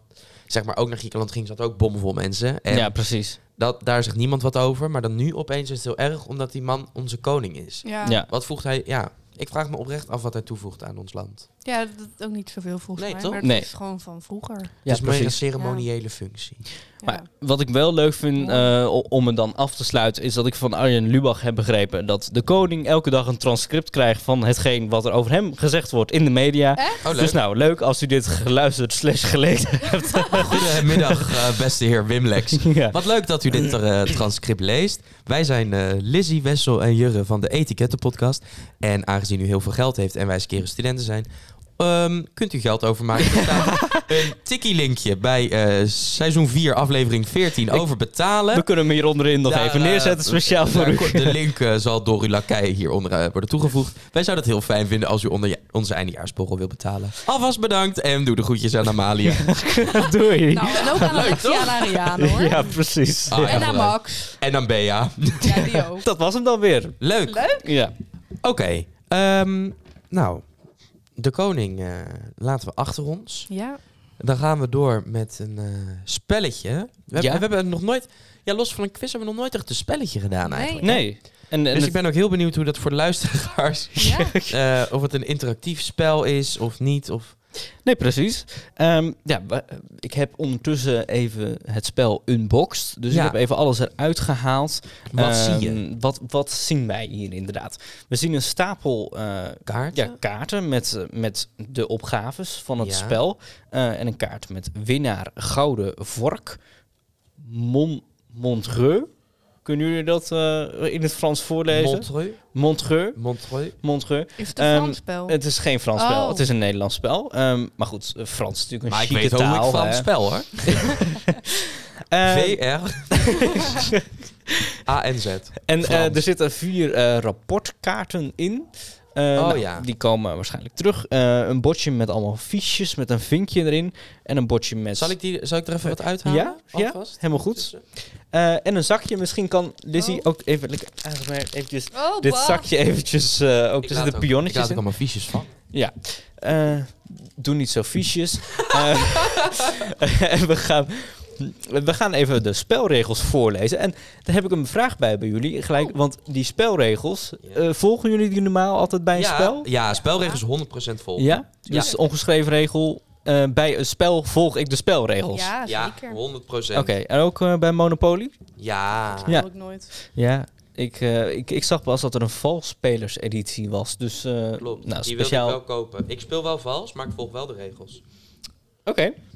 Speaker 4: zeg maar, ook naar Griekenland ging... zat ook bomvol mensen. En
Speaker 3: ja, precies.
Speaker 4: dat, daar zegt niemand wat over. Maar dan nu opeens is het heel erg... omdat die man onze koning is.
Speaker 1: Ja.
Speaker 3: Ja.
Speaker 4: Wat voegt hij... Ja, ik vraag me oprecht af wat hij toevoegt aan ons land.
Speaker 1: Ja, dat dat ook niet zoveel volgens
Speaker 4: Nee,
Speaker 1: mij.
Speaker 4: toch?
Speaker 1: Maar dat
Speaker 3: Nee.
Speaker 1: is gewoon van vroeger.
Speaker 4: Ja,
Speaker 3: Ja,
Speaker 4: het is meer een
Speaker 3: precies.
Speaker 4: ceremoniële functie.
Speaker 1: Ja.
Speaker 3: Maar wat ik wel leuk vind eh, o- om het dan af te sluiten, is dat ik van Arjen Lubach heb begrepen dat de koning elke dag een transcript krijgt van hetgeen wat er over hem gezegd wordt in de media.
Speaker 1: Echt?
Speaker 4: Oh, leuk.
Speaker 3: Dus nou, leuk als u dit geluisterd slash
Speaker 4: (laughs)
Speaker 3: gelezen
Speaker 4: Goedemiddag, eh, beste heer Wimlex.
Speaker 3: nou- ja.
Speaker 4: Wat leuk dat u dit eh, transcript leest. Wij zijn eh Lizzie, Wessel en Jurre van de Etikettenpodcast. En aangezien u heel veel geld heeft en wij eens keren studenten zijn... ehm, kunt u geld
Speaker 3: (laughs)
Speaker 4: overmaken? Er staat een tikkie-linkje bij eh, seizoen 4, aflevering 14 over betalen.
Speaker 3: We kunnen hem hier onderin nog
Speaker 4: Daar,
Speaker 3: even
Speaker 4: eh,
Speaker 3: neerzetten, speciaal voor
Speaker 4: daar
Speaker 3: u. (laughs)
Speaker 4: ko- De link eh, zal door uw lakai hieronder eh, worden toegevoegd. Wij zouden het heel fijn vinden als u onder je- onze eindejaarsborrel wilt betalen. Alvast bedankt en doe de groetjes aan Amalia.
Speaker 3: Doei.
Speaker 1: Nou, en
Speaker 3: (laughs)
Speaker 1: ook aan Alexia en Ariane, hoor.
Speaker 3: ja, precies.
Speaker 4: Ah, ja,
Speaker 1: En aan
Speaker 4: gelijk.
Speaker 1: Max.
Speaker 4: En aan Bea.
Speaker 1: Ja, die ook.
Speaker 3: Dat was hem dan weer.
Speaker 4: (laughs) Leuk.
Speaker 1: Leuk.
Speaker 3: Ja.
Speaker 4: Oké. ehm, nou, de koning eh, laten we achter ons.
Speaker 1: Ja.
Speaker 4: Dan gaan we door met een eh, spelletje. We hebben,
Speaker 3: Ja.
Speaker 4: we hebben nog nooit... Ja, los van een quiz hebben we nog nooit echt een spelletje gedaan
Speaker 1: Nee.
Speaker 4: eigenlijk.
Speaker 3: Nee. En, en
Speaker 4: dus
Speaker 3: het-
Speaker 4: ik ben ook heel benieuwd hoe dat voor de luisteraars...
Speaker 3: (laughs)
Speaker 1: Ja.
Speaker 4: eh, of het een interactief spel is of niet. Of...
Speaker 3: Nee, precies. Ehm, ja, wa- ik heb ondertussen even het spel unboxed. Dus
Speaker 4: Ja.
Speaker 3: ik heb even alles eruit gehaald.
Speaker 4: Wat
Speaker 3: Ehm,
Speaker 4: zie je?
Speaker 3: Wat, wat zien wij hier inderdaad? We zien een stapel eh,
Speaker 4: Kaart?
Speaker 3: ja, kaarten met, eh, met de opgaves van het
Speaker 4: Ja.
Speaker 3: spel. Eh, en een kaart met winnaar Gouden Vork. Mon Montreux. Kunnen jullie dat eh, in het Frans voorlezen?
Speaker 4: Montreux?
Speaker 3: Montreux.
Speaker 4: Montreux?
Speaker 3: Montreux.
Speaker 1: Is het een
Speaker 3: Ehm,
Speaker 1: Frans spel?
Speaker 3: Het is geen Frans
Speaker 1: Oh.
Speaker 3: spel, het is een Nederlands spel. Ehm, maar goed, eh, Frans is natuurlijk een
Speaker 4: Maar ik
Speaker 3: chique
Speaker 4: weet
Speaker 3: taal.
Speaker 4: hoe ik Frans
Speaker 3: hè.
Speaker 4: spel (laughs) hoor.
Speaker 3: Ehm,
Speaker 4: VR. (laughs) ANZ.
Speaker 3: en eh,
Speaker 4: Frans.
Speaker 3: er zitten vier eh, rapportkaarten in. Eh, nou,
Speaker 4: Oh, ja.
Speaker 3: Die komen waarschijnlijk terug. Eh, een bordje met allemaal fiches met een vinkje erin. En een bordje met...
Speaker 4: Zal ik, die, zal ik er even wat uithalen?
Speaker 3: Ja, ja.
Speaker 4: Alvast? Dus,
Speaker 3: Helemaal goed. Eh, en een zakje. Misschien kan Lizzie ook even... lekker- eigenlijk maar eventjes
Speaker 1: oh,
Speaker 3: dit
Speaker 1: bah.
Speaker 3: zakje eventjes... eh, ook,
Speaker 4: Ik
Speaker 3: er
Speaker 4: laat
Speaker 3: zitten
Speaker 4: ook- Ik
Speaker 3: pionnetjes
Speaker 4: laat
Speaker 3: in.
Speaker 4: ook allemaal fiches van.
Speaker 3: Ja. Eh, doe niet zo viesjes. Eh, (laughs) en we gaan, we gaan even de spelregels voorlezen. En daar heb ik een vraag bij bij jullie gelijk. Want die spelregels,
Speaker 4: Oh. Ja.
Speaker 3: eh, volgen jullie die normaal altijd bij een
Speaker 4: ja,
Speaker 3: spel?
Speaker 4: Ja, spelregels 100% vol.
Speaker 3: Ja? Dus
Speaker 4: Ja.
Speaker 3: ongeschreven regel, eh, bij een spel volg ik de spelregels.
Speaker 1: Ja,
Speaker 4: Ja,
Speaker 1: zeker.
Speaker 4: 100%.
Speaker 3: Oké, en ook eh, bij Monopoly?
Speaker 4: Ja.
Speaker 1: Dat
Speaker 3: Ja.
Speaker 1: wil ik nooit.
Speaker 3: Ja. Ik, eh, ik, ik zag pas dat er een valsspelerseditie was. Dus eh,
Speaker 4: Klopt.
Speaker 3: nou,
Speaker 4: Die wil ik
Speaker 3: speciaal.
Speaker 4: wel kopen. Ik speel wel vals, maar ik volg wel de regels.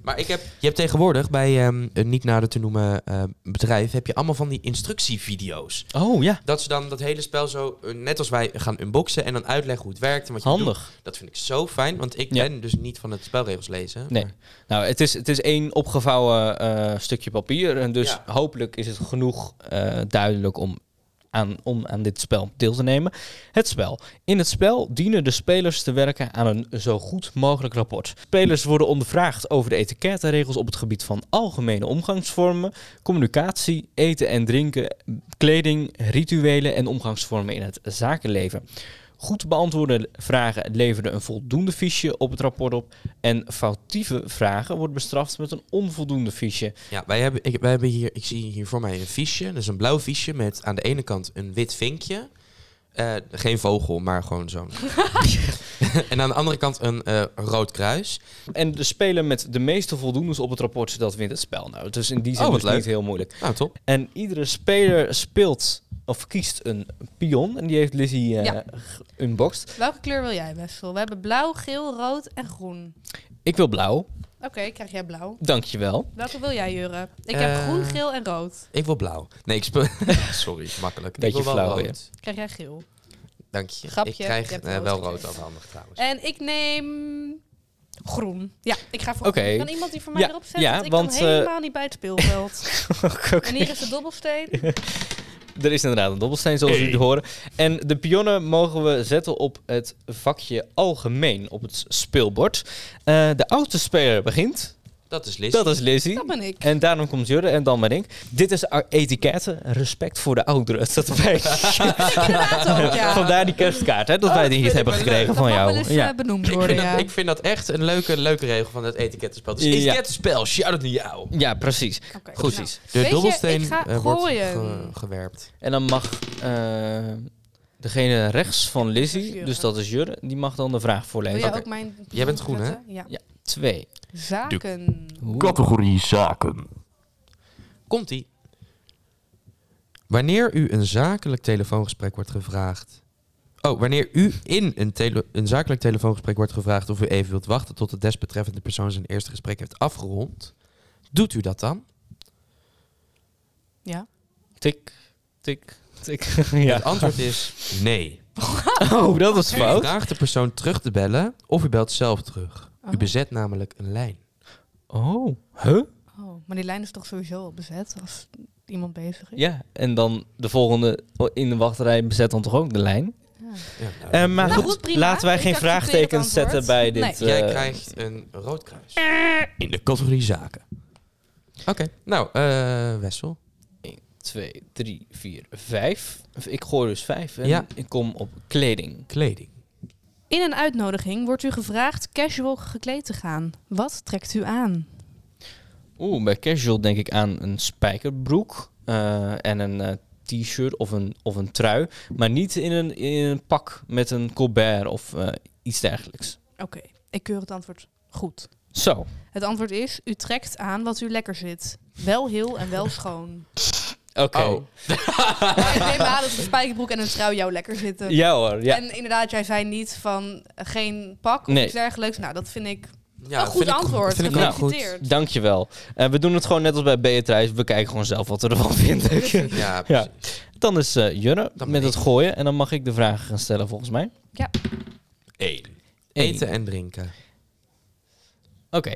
Speaker 4: Maar ik heb, je hebt tegenwoordig bij ehm, een niet nader te noemen eh, bedrijf... heb je allemaal van die instructievideo's.
Speaker 3: Oh ja,
Speaker 4: Dat ze dan dat hele spel zo, eh, net als wij, gaan unboxen... en dan uitleggen hoe het werkt en wat je doet.
Speaker 3: handig.
Speaker 4: Dat vind ik zo fijn, want ik
Speaker 3: Ja.
Speaker 4: ben dus niet van het spelregels lezen.
Speaker 3: Nee.
Speaker 4: maar-
Speaker 3: Nou, het is, het is één opgevouwen eh, stukje papier. En dus
Speaker 4: Ja.
Speaker 3: hopelijk is het genoeg eh, duidelijk om aan, om aan dit spel deel te nemen. Het spel. In het spel dienen de spelers te werken aan een zo goed mogelijk rapport. Spelers worden ondervraagd over de etikettenregels op het gebied van algemene omgangsvormen, communicatie, eten en drinken, kleding, rituelen en omgangsvormen in het zakenleven. Goed beantwoorde vragen leveren een voldoende fiche op het rapport op. En foutieve vragen wordt bestraft met een onvoldoende fiche.
Speaker 4: Ja, wij hebben, ik, wij hebben hier, ik zie hier voor mij een fiche. Dat is een blauw fiche met aan de ene kant een wit vinkje. Eh, geen vogel, maar gewoon zo'n.
Speaker 1: (laughs)
Speaker 4: en aan de andere kant een eh, rood kruis.
Speaker 3: En de speler met de meeste voldoendes op het rapport, dat wint het spel. Nou, dus in die zin
Speaker 4: Oh, wat
Speaker 3: is het niet
Speaker 4: leuk.
Speaker 3: heel moeilijk.
Speaker 4: Nou, top.
Speaker 3: En iedere speler speelt of kiest een pion. En die heeft Lizzie eh
Speaker 1: Ja.
Speaker 3: ge- unboxed.
Speaker 1: Welke kleur wil jij, Wessel? We hebben blauw, geel, rood en groen.
Speaker 3: Ik wil blauw.
Speaker 1: Oké, krijg jij blauw.
Speaker 4: (laughs)
Speaker 3: Dankjewel.
Speaker 1: Welke wil jij, Jure? Ik
Speaker 4: Eh.
Speaker 1: heb groen, geel en rood.
Speaker 4: Ik wil blauw. Nee, ik speel. (laughs) Sorry, makkelijk.
Speaker 3: Beetje
Speaker 4: ik wil wel
Speaker 3: flauw, ja.
Speaker 4: rood.
Speaker 1: Krijg jij geel.
Speaker 4: Dank je.
Speaker 1: Grapje,
Speaker 4: Ik krijg
Speaker 1: je hebt
Speaker 4: eh,
Speaker 1: rood
Speaker 4: wel rood
Speaker 1: gekregen. Eh,
Speaker 4: afhandig trouwens.
Speaker 1: En ik neem groen. Ja, ik ga voor
Speaker 3: Oké.
Speaker 1: groen. Kan iemand die voor mij
Speaker 3: Ja,
Speaker 1: erop zetten?
Speaker 3: ja,
Speaker 1: want ik
Speaker 3: want,
Speaker 1: kan
Speaker 3: eh,
Speaker 1: helemaal niet bij het
Speaker 3: (laughs)
Speaker 1: speelveld.
Speaker 3: Oké.
Speaker 1: en hier is de dobbelsteen.
Speaker 3: Er is inderdaad een dobbelsteen, zoals jullie horen. En de pionnen mogen we zetten op het vakje algemeen op het speelbord. Eh, de oudste speler begint.
Speaker 4: Dat is Liz.
Speaker 3: Dat is Lizzie.
Speaker 1: Dat ben ik.
Speaker 3: En daarom komt Jurre en dan ben ik. Dit is a- etiketten, respect voor de ouderen. (laughs) Dat wij,
Speaker 1: Inderdaad ook, ja.
Speaker 3: (laughs) Vandaar die kerstkaart, hè, dat
Speaker 4: Oh,
Speaker 3: wij
Speaker 4: dat
Speaker 3: die niet
Speaker 4: vind ik
Speaker 3: hebben
Speaker 4: wel
Speaker 3: gekregen
Speaker 1: Dat
Speaker 3: van
Speaker 1: mag
Speaker 3: jou.
Speaker 1: wel eens
Speaker 3: ja.
Speaker 1: eh, benoemd
Speaker 4: ik,
Speaker 1: worden,
Speaker 4: vind
Speaker 1: ja.
Speaker 4: dat, ik vind dat echt een leuke, leuke regel van het etikettenspel. Dus
Speaker 3: Ja.
Speaker 4: etikettenspel, shout-out naar jou.
Speaker 3: ja, precies.
Speaker 1: Oké,
Speaker 3: Goed
Speaker 1: nou.
Speaker 3: is.
Speaker 4: De
Speaker 1: Weet je,
Speaker 4: dobbelsteen
Speaker 1: ik ga
Speaker 4: eh, wordt
Speaker 1: gooien.
Speaker 4: ge- gewerpt.
Speaker 3: En dan mag eh, degene rechts van Lizzie,
Speaker 1: Jurre. Oh
Speaker 3: dus dat is Jurre, die mag dan de vraag
Speaker 1: Wil
Speaker 3: voorlezen.
Speaker 1: jij ook mijn...
Speaker 4: Jij bent groen, hè?
Speaker 1: Ja.
Speaker 3: Twee.
Speaker 1: Zaken.
Speaker 5: Categorie zaken.
Speaker 4: Komt-ie. Wanneer u een zakelijk telefoongesprek wordt gevraagd... Oh, wanneer u in een, tele- een zakelijk telefoongesprek wordt gevraagd... of u even wilt wachten tot de desbetreffende persoon zijn eerste gesprek heeft afgerond... doet u dat dan?
Speaker 1: Ja.
Speaker 3: Tik, tik, tik. ja.
Speaker 4: Het antwoord is nee.
Speaker 3: Oh, dat is
Speaker 4: U
Speaker 3: fout.
Speaker 4: vraagt de persoon terug te bellen of u belt zelf terug. U
Speaker 1: Oh.
Speaker 4: bezet namelijk een lijn.
Speaker 3: Oh, huh?
Speaker 1: Oh, maar die lijn is toch sowieso al bezet als iemand bezig is?
Speaker 3: Ja, en dan de volgende oh, in de wachtrij bezet dan toch ook de lijn?
Speaker 1: Ja.
Speaker 4: Ja, nou,
Speaker 3: Ehm, maar
Speaker 1: Nou,
Speaker 3: goed,
Speaker 1: goed, prima.
Speaker 3: laten wij
Speaker 1: Ik
Speaker 3: geen
Speaker 1: accepteer het
Speaker 3: vraagtekens
Speaker 1: antwoord.
Speaker 3: zetten bij dit.
Speaker 1: Nee.
Speaker 4: Jij
Speaker 3: eh,
Speaker 4: krijgt een rood kruis. In de categorie zaken. Oké, nou, eh, Wessel.
Speaker 3: 2, 3, 4, 5. Ik gooi dus 5 en
Speaker 4: Ja.
Speaker 3: ik kom op kleding.
Speaker 4: Kleding.
Speaker 1: In een uitnodiging wordt u gevraagd casual gekleed te gaan. Wat trekt u aan?
Speaker 3: Oeh, bij casual denk ik aan een spijkerbroek eh, en een eh, t-shirt of een, of een trui. Maar niet in een, in een pak met een colbert of eh, iets dergelijks.
Speaker 1: Oké, ik keur het antwoord goed.
Speaker 3: Zo,
Speaker 1: Het antwoord is, u trekt aan wat u lekker zit. Wel heel en wel schoon.
Speaker 3: oké.
Speaker 4: Oh.
Speaker 1: Maar ik neem aan dat een spijkerbroek en een trui jou lekker zitten.
Speaker 3: Ja hoor, ja.
Speaker 1: En inderdaad, jij zei niet van eh, geen pak of
Speaker 3: Nee.
Speaker 1: iets dergelijks. Nou, dat vind ik
Speaker 4: Ja,
Speaker 1: een goed
Speaker 4: vind ik
Speaker 1: antwoord.
Speaker 4: vind ik
Speaker 3: Nou,
Speaker 4: ook goed.
Speaker 1: Gefeliciteerd.
Speaker 3: Dankjewel. Eh we doen het gewoon net als bij Beatrice. We kijken gewoon zelf wat we ervan (laughs) vinden.
Speaker 4: Ja,
Speaker 3: Ja.
Speaker 4: precies.
Speaker 3: Dan is eh Jurre
Speaker 4: Dan
Speaker 3: met
Speaker 4: ben
Speaker 3: het gooien. En dan mag ik de vragen gaan stellen volgens mij.
Speaker 4: Eén. Eten en drinken.
Speaker 3: Oké.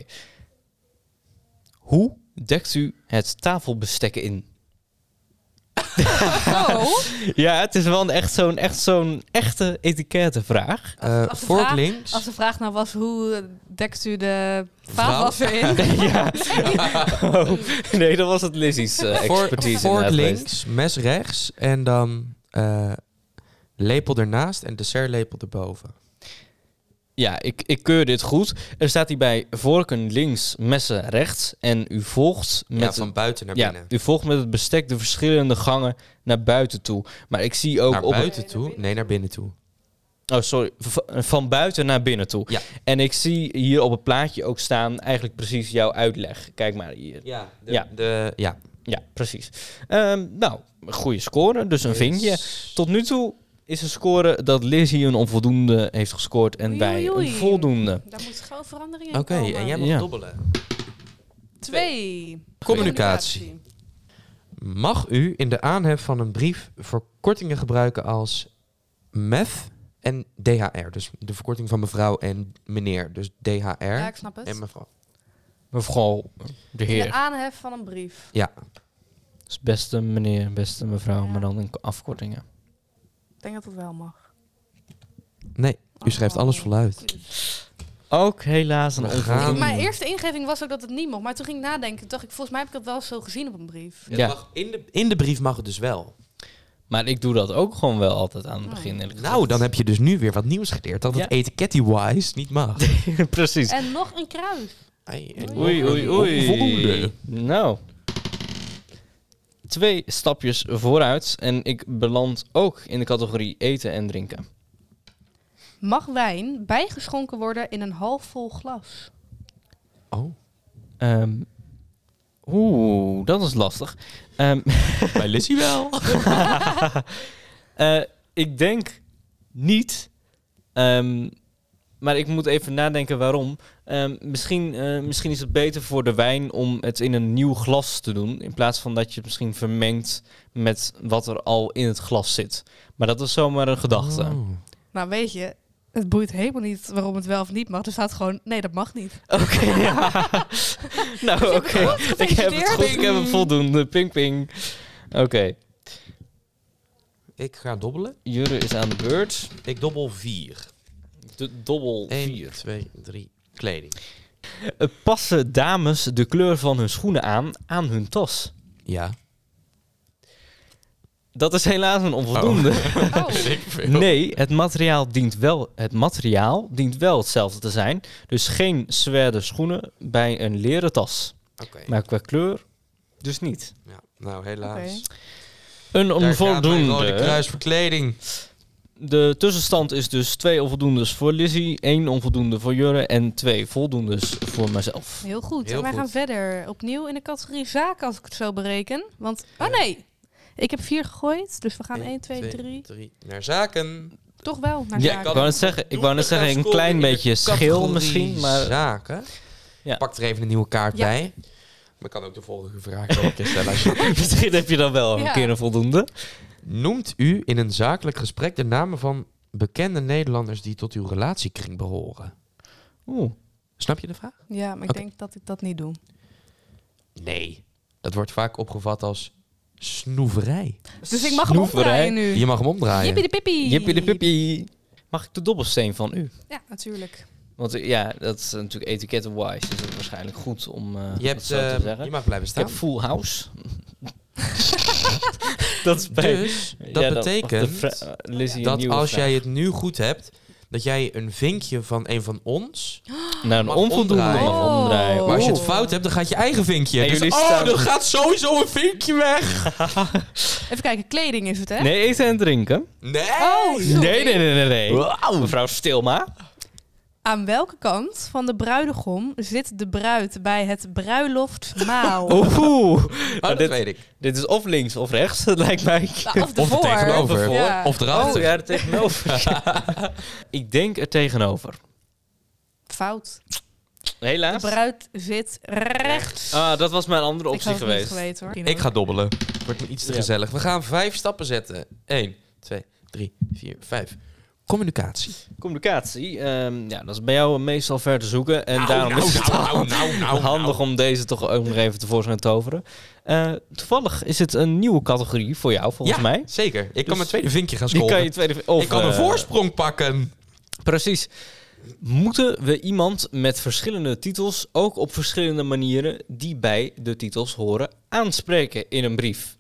Speaker 3: Hoe dekt u het tafelbestek in?
Speaker 1: Oh,
Speaker 3: Ja, het is wel een echt zo'n echt zo'n echte etikettenvraag.
Speaker 4: Eh
Speaker 1: als de
Speaker 4: vork
Speaker 1: vraag-
Speaker 4: links.
Speaker 1: als de vraag nou was, hoe eh, dekt u de vaatwasser in?
Speaker 3: (laughs) (laughs) ja. Oh, nee, dat was het Lizzie's eh,
Speaker 4: Vork-
Speaker 3: expertise.
Speaker 4: vork
Speaker 3: inderdaad geweest.
Speaker 4: links, mes rechts en dan eh, lepel ernaast en dessertlepel erboven.
Speaker 3: Ja, ik, ik keur dit goed. Er staat hier bij vorken links, messen rechts. En u volgt met
Speaker 4: ja, van buiten naar
Speaker 3: ja,
Speaker 4: binnen.
Speaker 3: u volgt met het bestek de verschillende gangen naar buiten toe. Maar ik zie ook
Speaker 4: Naar
Speaker 3: op
Speaker 4: buiten
Speaker 1: Nee, naar
Speaker 4: toe?
Speaker 1: binnen.
Speaker 4: Nee, naar binnen toe.
Speaker 3: Oh, sorry. V- van buiten naar binnen toe.
Speaker 4: Ja.
Speaker 3: En ik zie hier op het plaatje ook staan eigenlijk precies jouw uitleg. Kijk maar hier.
Speaker 4: Ja,
Speaker 3: de- Ja.
Speaker 4: ja.
Speaker 3: Ja, precies. Ehm, nou, goede score, dus een vinkje. Tot nu toe is een score dat Lizzie een onvoldoende heeft gescoord en
Speaker 1: Oei,
Speaker 3: wij
Speaker 1: oei, oei.
Speaker 3: een voldoende.
Speaker 1: Daar moet gewoon verandering in
Speaker 4: Oké,
Speaker 1: komen.
Speaker 4: en jij mag
Speaker 3: Ja.
Speaker 4: dobbelen.
Speaker 1: Twee.
Speaker 4: Communicatie. Mag u in de aanhef van een brief verkortingen gebruiken als MEF en DHR? Dus de verkorting van mevrouw en meneer. Dus DHR
Speaker 1: Ja, ik snap het.
Speaker 4: en mevrouw.
Speaker 3: Mevrouw de
Speaker 1: In de
Speaker 3: heer.
Speaker 1: aanhef van een brief.
Speaker 4: Ja,
Speaker 3: Dus beste meneer, beste mevrouw,
Speaker 1: Ja.
Speaker 3: maar dan in afkortingen.
Speaker 1: Ik denk dat dat wel mag.
Speaker 4: nee. U schrijft
Speaker 1: Oh.
Speaker 4: alles voluit.
Speaker 3: Ook helaas een
Speaker 4: We gaan-
Speaker 3: onvoldoende.
Speaker 1: Mijn eerste ingeving was ook dat het niet mocht. Maar toen ging ik nadenken, dacht ik, volgens mij heb ik dat wel zo gezien op een brief.
Speaker 3: Ja.
Speaker 4: in, de, in de brief mag het dus wel.
Speaker 3: Maar ik doe dat ook gewoon wel altijd aan het
Speaker 1: Oh.
Speaker 3: begin. eerlijk
Speaker 4: Nou, dan heb je dus nu weer wat nieuws geleerd. Dat het
Speaker 3: Ja.
Speaker 4: etiketty-wise niet mag.
Speaker 3: gezegd. (laughs) Precies.
Speaker 1: En nog een kruis.
Speaker 3: Oei, oei, oei.
Speaker 4: Oh, Voldoende.
Speaker 3: Nou. Twee stapjes vooruit en ik beland ook in de categorie eten en drinken.
Speaker 1: Mag wijn bijgeschonken worden in een halfvol glas?
Speaker 4: Oh,
Speaker 3: Ehm, Oeh, dat is lastig. Ehm, (laughs)
Speaker 4: bij Lizzie wel.
Speaker 3: eh, ik denk niet. Ehm, maar ik moet even nadenken waarom. Ehm, misschien, eh, misschien is het beter voor de wijn om het in een nieuw glas te doen. In plaats van dat je het misschien vermengt met wat er al in het glas zit. Maar dat is zomaar een gedachte.
Speaker 4: Oh.
Speaker 1: Nou, weet je, het boeit helemaal niet waarom het wel of niet mag. Er staat gewoon, nee, dat mag niet.
Speaker 3: Oké. ja. (laughs)
Speaker 1: (laughs)
Speaker 3: nou, oké. Ik heb het goed. Ik heb het voldoende. Ping, ping. Oké.
Speaker 4: Ik ga dobbelen.
Speaker 3: Jurre is aan de beurt.
Speaker 4: Ik dobbel vier.
Speaker 3: De dobbel
Speaker 4: 1, 2, 3. Kleding.
Speaker 3: eh, Passen dames de kleur van hun schoenen aan aan hun tas?
Speaker 4: Ja.
Speaker 3: Dat is helaas een onvoldoende.
Speaker 1: Oh.
Speaker 3: (laughs) Nee, het materiaal, dient wel, het materiaal dient wel hetzelfde te zijn. Dus geen zwerde schoenen bij een leren tas.
Speaker 4: Oké.
Speaker 3: Maar qua kleur dus niet.
Speaker 4: Ja, nou, helaas.
Speaker 3: Een
Speaker 4: Daar gaat mijn rode
Speaker 3: onvoldoende.
Speaker 4: kruis voor kleding.
Speaker 3: De tussenstand is dus twee onvoldoendes voor Lizzie, één onvoldoende voor Jurre en twee voldoendes voor mezelf.
Speaker 1: Heel goed.
Speaker 4: Heel
Speaker 1: en wij
Speaker 4: goed.
Speaker 1: gaan verder. Opnieuw in de categorie zaken, als ik het zo bereken. Want, oh nee, ik heb vier gegooid. Dus we gaan 1, 2, 3.
Speaker 4: Naar zaken.
Speaker 1: Toch wel naar
Speaker 3: Ja, ik
Speaker 1: zaken.
Speaker 3: wou net zeggen, ik wou net zeggen een klein beetje schil
Speaker 4: schil
Speaker 3: misschien, maar
Speaker 4: Zaken.
Speaker 3: Ja.
Speaker 4: Pak er even een nieuwe kaart
Speaker 1: Ja.
Speaker 4: bij. Maar ik kan ook de volgende vraag wel een keer stellen. als
Speaker 3: (laughs)
Speaker 4: je-
Speaker 3: misschien heb je dan wel
Speaker 1: Ja.
Speaker 3: een keer een voldoende.
Speaker 4: Noemt u in een zakelijk gesprek de namen van bekende Nederlanders die tot uw relatiekring behoren?
Speaker 3: Oeh.
Speaker 4: Snap je de vraag?
Speaker 1: Ja, maar ik
Speaker 4: Oké.
Speaker 1: denk dat ik dat niet doe.
Speaker 4: Nee. Dat wordt vaak opgevat als snoeverij.
Speaker 1: Dus ik mag hem
Speaker 3: Snoeverij.
Speaker 1: opdraaien nu.
Speaker 4: Je mag hem
Speaker 1: Jippie
Speaker 4: omdraaien.
Speaker 1: de pippie.
Speaker 3: Jippie de pippie. Mag ik de dobbelsteen van u?
Speaker 1: Ja, natuurlijk.
Speaker 3: Want eh, ja, dat is natuurlijk etiketten-wise is het waarschijnlijk goed om eh
Speaker 4: Je,
Speaker 3: dat
Speaker 4: hebt,
Speaker 3: zo
Speaker 4: eh,
Speaker 3: te zeggen.
Speaker 4: je mag blijven
Speaker 3: ik heb
Speaker 4: staan.
Speaker 3: full house. (laughs) dat is bij...
Speaker 4: Dus
Speaker 3: Ja,
Speaker 4: dat
Speaker 3: dan-
Speaker 4: betekent
Speaker 3: de vra- eh, Lizzie, een
Speaker 4: dat
Speaker 3: nieuwe
Speaker 4: als
Speaker 3: vraag.
Speaker 4: jij het nu goed hebt, dat jij een vinkje van een van ons.
Speaker 3: naar een
Speaker 4: mag
Speaker 3: onvoldoende
Speaker 4: omdraaien.
Speaker 3: mag omdraaien.
Speaker 1: Oh.
Speaker 4: Maar als je het
Speaker 1: Oeh.
Speaker 4: fout hebt, dan gaat je eigen vinkje.
Speaker 3: En
Speaker 4: Dus,
Speaker 3: jullie
Speaker 4: oh,
Speaker 3: staan-
Speaker 4: dan gaat sowieso een vinkje weg.
Speaker 1: Even kijken, kleding is het, hè?
Speaker 3: Nee, eten en drinken.
Speaker 4: Nee.
Speaker 1: Oh, sorry.
Speaker 3: Nee, nee, nee, nee. nee.
Speaker 4: Wauw.
Speaker 3: Mevrouw Stilma.
Speaker 1: Aan welke kant van de bruidegom zit de bruid bij het bruiloftmaal?
Speaker 3: Oeh.
Speaker 4: Oh,
Speaker 3: Nou,
Speaker 4: dat
Speaker 3: dit,
Speaker 4: weet ik.
Speaker 3: (laughs) dit is of links of rechts, (laughs) dat lijkt mij.
Speaker 1: Nou, of
Speaker 4: Of er
Speaker 1: ervoor.
Speaker 4: tegenover.
Speaker 1: Ja.
Speaker 4: Of
Speaker 3: Oh
Speaker 4: erachter.
Speaker 3: ja, er tegenover. Ik denk er tegenover.
Speaker 1: Fout. De
Speaker 3: Helaas.
Speaker 1: bruid zit rechts.
Speaker 3: Ah, dat was mijn andere
Speaker 1: ik had
Speaker 3: optie
Speaker 1: het niet
Speaker 3: geweest.
Speaker 1: geweten, hoor.
Speaker 4: Ik ga dobbelen. Wordt me iets te
Speaker 3: Ja.
Speaker 4: gezellig. We gaan vijf stappen zetten. 1, 2, 3, 4, 5. Communicatie.
Speaker 3: Communicatie, ehm, ja, dat is bij jou meestal ver te zoeken. En daarom is het handig om deze toch ook nog even tevoorschijn te toveren. Eh, toevallig is het een nieuwe categorie voor jou, volgens
Speaker 4: ja,
Speaker 3: mij.
Speaker 4: zeker. Ik kan
Speaker 3: Dus
Speaker 4: mijn tweede vinkje gaan
Speaker 3: Die
Speaker 4: scoren.
Speaker 3: kan je tweede... Of,
Speaker 4: ik kan een
Speaker 3: eh,
Speaker 4: voorsprong pakken.
Speaker 3: Precies. Moeten we iemand met verschillende titels ook op verschillende manieren die bij de titels horen aanspreken in een brief?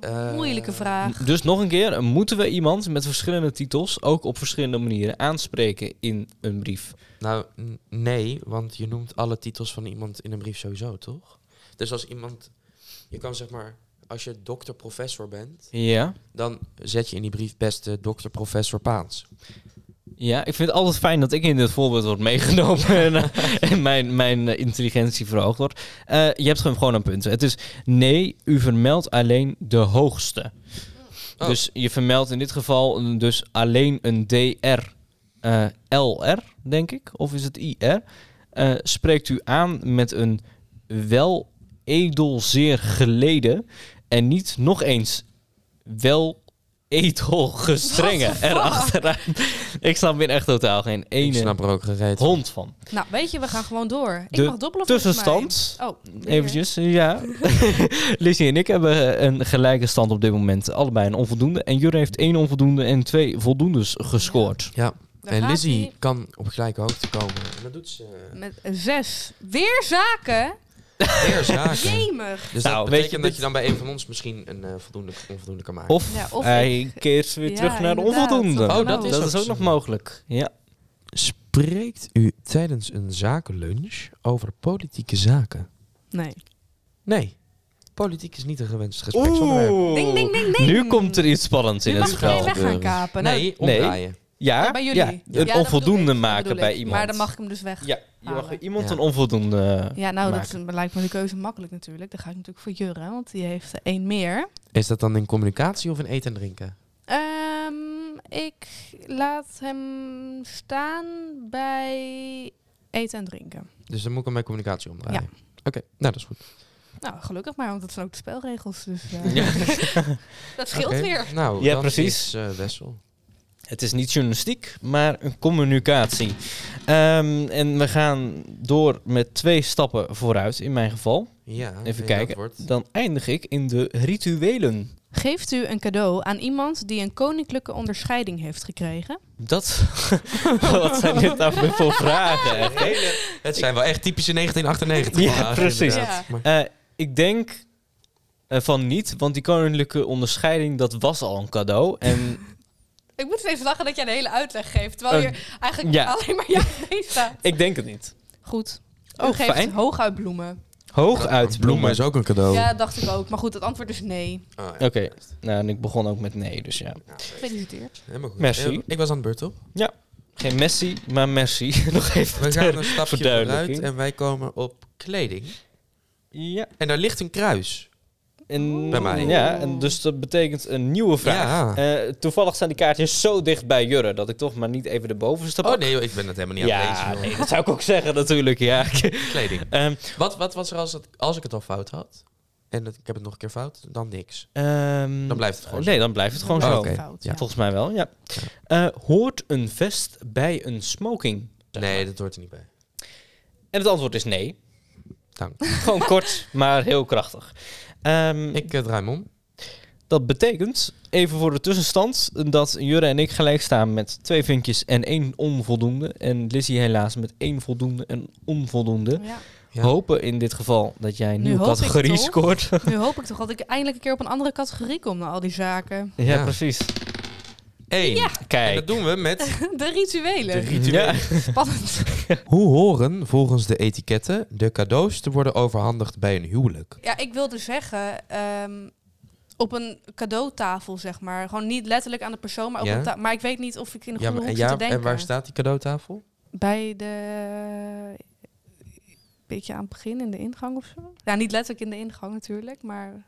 Speaker 3: Eh,
Speaker 1: Moeilijke vraag.
Speaker 3: Dus nog een keer, moeten we iemand met verschillende titels ook op verschillende manieren aanspreken in een brief?
Speaker 4: Nou, n- nee, want je noemt alle titels van iemand in een brief sowieso, toch? Dus als iemand... Je kan zeg maar... Als je dokter-professor bent,
Speaker 3: Ja.
Speaker 4: dan zet je in die brief beste dokter-professor Paans.
Speaker 3: Ja, ik vind het altijd fijn dat ik in dit voorbeeld word meegenomen (laughs) en, eh, en mijn, mijn eh, intelligentie verhoogd wordt. Eh, je hebt hem gewoon aan punten. Het is nee, u vermeldt alleen de hoogste.
Speaker 4: Oh.
Speaker 3: Dus je vermeldt in dit geval een- dus alleen een DR, eh, LR, denk ik, of is het IR. eh, spreekt u aan met een wel edel zeer geleden en niet nog eens wel edel gestrenge erachteraan. Ik snap weer echt totaal geen
Speaker 4: Ik
Speaker 3: ene
Speaker 4: snap er ook gereed. van.
Speaker 3: hond van.
Speaker 1: Nou, weet je, we gaan gewoon door. Ik
Speaker 3: De
Speaker 1: mag dobbelen volgens
Speaker 3: Tussenstand.
Speaker 1: mij. Oh, weer.
Speaker 3: Eventjes, ja. (laughs) Lizzie en ik hebben een gelijke stand op dit moment. Allebei een onvoldoende. En Jure heeft één onvoldoende en twee voldoendes gescoord.
Speaker 4: Ja.
Speaker 1: Daar
Speaker 4: En
Speaker 1: gaat
Speaker 4: Lizzie
Speaker 1: ie.
Speaker 4: kan op gelijke hoogte komen. En dat
Speaker 1: (laughs)
Speaker 4: doet ze eh,
Speaker 1: Met een zes. Weer zaken?
Speaker 4: weer zaken.
Speaker 1: Jemig.
Speaker 4: Dus
Speaker 3: Nou,
Speaker 4: dat
Speaker 3: weet
Speaker 4: betekent
Speaker 3: je,
Speaker 4: dat
Speaker 3: dit-
Speaker 4: je dan bij een van ons misschien een eh, voldoende onvoldoende kan maken.
Speaker 3: Of,
Speaker 1: Ja, of
Speaker 3: hij keert weer
Speaker 1: Ja,
Speaker 3: terug naar de
Speaker 1: inderdaad.
Speaker 3: onvoldoende.
Speaker 1: Oh,
Speaker 4: dat is
Speaker 3: dat
Speaker 4: ook
Speaker 3: is ook
Speaker 4: zo.
Speaker 3: nog mogelijk. Ja.
Speaker 4: Spreekt u tijdens een zakenlunch over politieke zaken?
Speaker 1: Nee.
Speaker 4: Nee. Politiek is niet een gewenst gespreksonderwerp.
Speaker 1: Ding, ding, ding, ding.
Speaker 3: Nu komt er iets spannends in
Speaker 1: Nu
Speaker 3: het
Speaker 1: mag je
Speaker 3: spel.
Speaker 1: weg gaan kapen. Nou,
Speaker 4: Nee,
Speaker 3: Nee.
Speaker 4: omdraaien.
Speaker 3: Ja,
Speaker 1: bij jullie.
Speaker 3: ja,
Speaker 1: Ja, dat
Speaker 3: een
Speaker 1: bedoel ik,
Speaker 3: onvoldoende
Speaker 1: dat
Speaker 3: maken
Speaker 1: bedoel
Speaker 3: bij
Speaker 1: ik.
Speaker 3: iemand.
Speaker 1: Maar dan mag ik hem dus weg.
Speaker 3: Ja, je mag
Speaker 1: halen.
Speaker 3: iemand
Speaker 4: Ja.
Speaker 3: een onvoldoende...
Speaker 1: Ja, nou, dat
Speaker 3: Maken.
Speaker 1: is- lijkt me de keuze makkelijk natuurlijk. Dan ga ik natuurlijk voor Jurre, want die heeft er één meer.
Speaker 4: Is dat dan in communicatie of in eten en drinken?
Speaker 1: Ehm, ik laat hem staan bij eten en drinken.
Speaker 4: Dus dan moet ik hem bij communicatie omdraaien. Oké, nou dat is goed.
Speaker 1: Nou, gelukkig maar, want dat zijn ook de spelregels. Dus eh, (laughs) dat scheelt
Speaker 4: Oké,
Speaker 1: weer.
Speaker 4: Nou,
Speaker 3: Ja,
Speaker 4: dan
Speaker 3: precies.
Speaker 4: is eh, Wessel.
Speaker 3: Het is niet journalistiek, maar een communicatie. Ehm, en we gaan door met twee stappen vooruit, in mijn geval.
Speaker 4: Ja,
Speaker 3: Even
Speaker 4: en
Speaker 3: kijken.
Speaker 4: dat wordt-
Speaker 3: Dan eindig ik in de rituelen.
Speaker 1: Geeft u een cadeau aan iemand die een koninklijke onderscheiding heeft gekregen?
Speaker 3: Dat. (laughs) Wat zijn dit nou weer voor vragen? echt, hè?
Speaker 4: Het zijn wel echt typische 1998.
Speaker 3: Ja,
Speaker 4: vragen,
Speaker 3: precies.
Speaker 4: inderdaad. Maar-
Speaker 3: Eh, ik denk eh, van niet, want die koninklijke onderscheiding, dat was al een cadeau. En
Speaker 1: Ik moet steeds lachen dat jij de hele uitleg geeft, terwijl
Speaker 3: Een-
Speaker 1: hier eigenlijk
Speaker 3: ja.
Speaker 1: alleen maar ja (laughs) nee staat.
Speaker 3: ik denk het niet.
Speaker 1: Goed. U
Speaker 3: Oh,
Speaker 1: geeft
Speaker 3: fijn. Oh.
Speaker 1: hooguit bloemen.
Speaker 3: Hooguit bloemen.
Speaker 4: ook een cadeau.
Speaker 1: Ja, dacht ik ook. Maar goed, het antwoord is nee.
Speaker 4: Ah, ja.
Speaker 3: Oké, nou en ik begon ook met nee, dus ja.
Speaker 1: Gefeliciteerd.
Speaker 4: Helemaal goed.
Speaker 3: Merci.
Speaker 4: Eh, Ik was aan de beurt, toch?
Speaker 3: Geen Messi, (laughs) maar merci. Nog even.
Speaker 4: We
Speaker 3: ter-
Speaker 4: gaan een stapje
Speaker 3: verduidelijking.
Speaker 4: vooruit en wij komen op kleding.
Speaker 3: Ja.
Speaker 4: En daar ligt een kruis.
Speaker 3: En,
Speaker 4: Bij mij.
Speaker 3: Ja, en dus dat betekent een nieuwe vraag.
Speaker 4: Ja.
Speaker 3: Eh, toevallig staan die kaartjes zo dicht bij Jurre dat ik toch maar niet even de bovenste
Speaker 4: Oh
Speaker 3: pak.
Speaker 4: nee, joh, ik ben dat helemaal niet aan
Speaker 3: ja,
Speaker 4: het lezen.
Speaker 3: nee, dat zou ik ook zeggen natuurlijk.
Speaker 4: (laughs)
Speaker 3: Ja.
Speaker 4: joh. Kleding.
Speaker 3: Ehm,
Speaker 4: Wat, wat was er als, het, als ik het al fout had? En dat, ik heb het nog een keer fout, dan niks.
Speaker 3: ehm,
Speaker 4: Dan blijft het gewoon zo.
Speaker 3: Nee, dan blijft het gewoon
Speaker 4: Mm. Oh,
Speaker 3: zo.
Speaker 4: oké.
Speaker 1: Fout,
Speaker 4: ja.
Speaker 1: ja.
Speaker 3: Volgens mij wel, ja. Eh, hoort een vest bij een smoking?
Speaker 4: Nee, dat hoort er niet bij.
Speaker 3: En het antwoord is nee.
Speaker 4: Dank.
Speaker 3: Gewoon kort, maar heel krachtig. Ehm,
Speaker 4: Ik eh, draai hem om.
Speaker 3: Dat betekent, even voor de tussenstand, dat Jurre en ik gelijk staan met twee vinkjes en één onvoldoende. En Lizzie helaas met één voldoende en onvoldoende.
Speaker 1: Ja.
Speaker 4: Ja.
Speaker 3: Hopen in dit geval dat jij een
Speaker 1: Nu
Speaker 3: nieuwe
Speaker 1: hoop ik
Speaker 3: categorie
Speaker 1: toch.
Speaker 3: scoort. (laughs)
Speaker 1: Nu hoop ik toch dat ik eindelijk een keer op een andere categorie kom na al die zaken.
Speaker 3: ja,
Speaker 4: Ja.
Speaker 3: precies.
Speaker 4: Eén. En
Speaker 3: Kijk.
Speaker 4: dat doen we met...
Speaker 1: (laughs) De rituelen.
Speaker 3: Ja.
Speaker 1: Spannend.
Speaker 4: (laughs) Hoe horen volgens de etiketten de cadeaus te worden overhandigd bij een huwelijk?
Speaker 1: Ja, ik wilde zeggen, ehm, op een cadeautafel zeg maar. Gewoon niet letterlijk aan de persoon, maar op
Speaker 4: Ja.
Speaker 1: een ta- Maar ik weet niet of ik in de
Speaker 4: Ja,
Speaker 1: goede
Speaker 4: maar,
Speaker 1: hoek
Speaker 4: en,
Speaker 1: zit te
Speaker 4: ja,
Speaker 1: denken.
Speaker 4: en waar staat die cadeautafel?
Speaker 1: Bij de... eh, Beetje aan het begin, in de ingang of zo. Ja, niet letterlijk in de ingang natuurlijk, maar...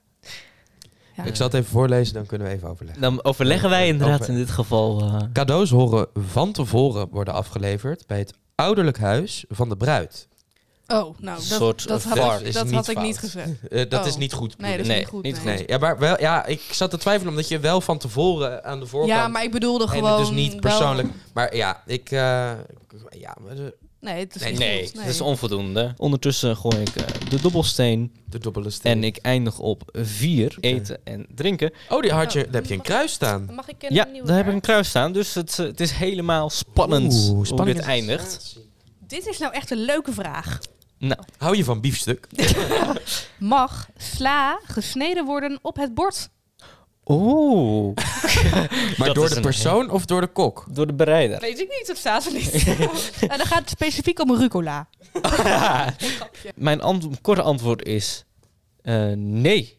Speaker 1: Ja.
Speaker 4: Ik zal het even voorlezen, dan kunnen we even overleggen.
Speaker 3: Dan overleggen wij inderdaad
Speaker 4: Over-
Speaker 3: in dit geval. eh,
Speaker 4: Cadeaus horen van tevoren worden afgeleverd bij het ouderlijk huis van de bruid.
Speaker 1: Oh, nou,
Speaker 3: Een
Speaker 1: dat,
Speaker 3: soort
Speaker 1: dat had,
Speaker 4: var
Speaker 1: ik,
Speaker 4: is
Speaker 1: dat
Speaker 4: niet
Speaker 1: had ik
Speaker 4: fout.
Speaker 1: niet gezegd.
Speaker 4: Eh, dat
Speaker 1: Oh.
Speaker 4: is niet goed.
Speaker 1: Nee, dat
Speaker 4: bedoel
Speaker 1: is
Speaker 4: ik.
Speaker 3: Nee,
Speaker 1: niet goed.
Speaker 3: niet
Speaker 1: nee.
Speaker 3: goed.
Speaker 4: nee. Ja, maar wel, ja, ik zat te twijfelen omdat je wel van tevoren aan de voorkant...
Speaker 1: Ja, maar ik bedoelde gewoon...
Speaker 4: en dus niet
Speaker 1: wel-
Speaker 4: persoonlijk. Maar ja, ik... eh, ja, maar de,
Speaker 1: Nee, het is
Speaker 4: Nee,
Speaker 1: niet
Speaker 3: nee,
Speaker 1: goed,
Speaker 3: dat is onvoldoende. Ondertussen gooi ik eh, de dobbelsteen
Speaker 4: de dubbele steen.
Speaker 3: en ik eindig op vier. Eten en drinken.
Speaker 4: Oh, die had je, daar heb je een kruis staan.
Speaker 1: Dan Mag ik een
Speaker 3: Ja,
Speaker 1: nieuwe
Speaker 3: daar heb ik
Speaker 1: kaart?
Speaker 3: een kruis staan. Dus het, eh, het is helemaal spannend
Speaker 4: Oeh,
Speaker 3: hoe
Speaker 4: spannende
Speaker 3: dit eindigt.
Speaker 4: situatie.
Speaker 1: Dit is nou echt een leuke vraag.
Speaker 3: Nou,
Speaker 4: Hou je van biefstuk?
Speaker 1: Mag sla gesneden worden op het bord?
Speaker 3: oeh.
Speaker 4: Maar
Speaker 3: (laughs) Dat
Speaker 4: door
Speaker 3: is
Speaker 4: de
Speaker 3: een-
Speaker 4: persoon of door de
Speaker 3: (laughs)
Speaker 4: kok?
Speaker 3: Door de bereider.
Speaker 1: Weet ik niet, dat staat er niet. en dan gaat het specifiek om rucola.
Speaker 3: Mijn ant- korte antwoord is eh, nee.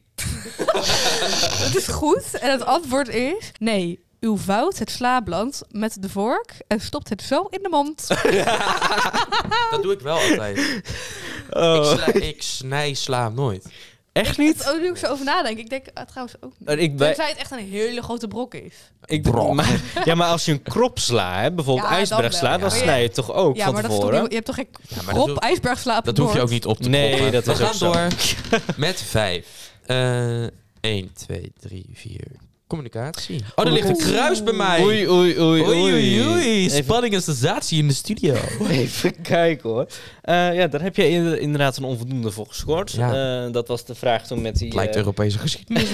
Speaker 1: Dat is goed. En het antwoord is nee. U vouwt het slablad met de vork en stopt het zo in de mond.
Speaker 4: Oh.
Speaker 3: Oh.
Speaker 4: Dat doe ik wel altijd. Ik, sla, ik snij sla nooit.
Speaker 3: Echt niet?
Speaker 1: Oh, nu ik zo over nadenk. Ik denk ah, trouwens ook niet.
Speaker 3: Maar Ik, bij,
Speaker 1: Tenzij het echt een hele grote brok is.
Speaker 3: ik,
Speaker 5: Brok.
Speaker 3: maar, ja, maar als je een krop sla, hè, bijvoorbeeld
Speaker 1: Ja, dan
Speaker 3: ijsberg sla,
Speaker 1: wel,
Speaker 3: dan
Speaker 1: ja.
Speaker 3: snij je het toch ook
Speaker 1: ja,
Speaker 3: van
Speaker 1: maar dat is toch niet,
Speaker 3: tevoren?
Speaker 1: je hebt toch geen
Speaker 4: Ja, maar dat
Speaker 1: krop
Speaker 4: hoef-
Speaker 1: ijsberg slapen
Speaker 4: Dat hoef je ook niet op te
Speaker 3: Nee,
Speaker 4: proppen.
Speaker 3: dat was
Speaker 4: We
Speaker 3: ook
Speaker 4: gaan
Speaker 3: zo.
Speaker 4: door
Speaker 3: (laughs)
Speaker 4: met vijf. Eh 1, 2, 3, 4. Communicatie. Oh, er ligt een kruis bij mij.
Speaker 3: Oei, oei, oei,
Speaker 4: Oei, oei, oei.
Speaker 3: Even,
Speaker 4: Spanning en sensatie in de studio.
Speaker 3: (laughs) even kijken hoor. Eh, ja, daar heb je inder- inderdaad een onvoldoende voor gescoord.
Speaker 4: Ja.
Speaker 3: Eh, dat was de vraag toen met die...
Speaker 4: Het lijkt
Speaker 3: eh,
Speaker 4: Europese geschiedenis.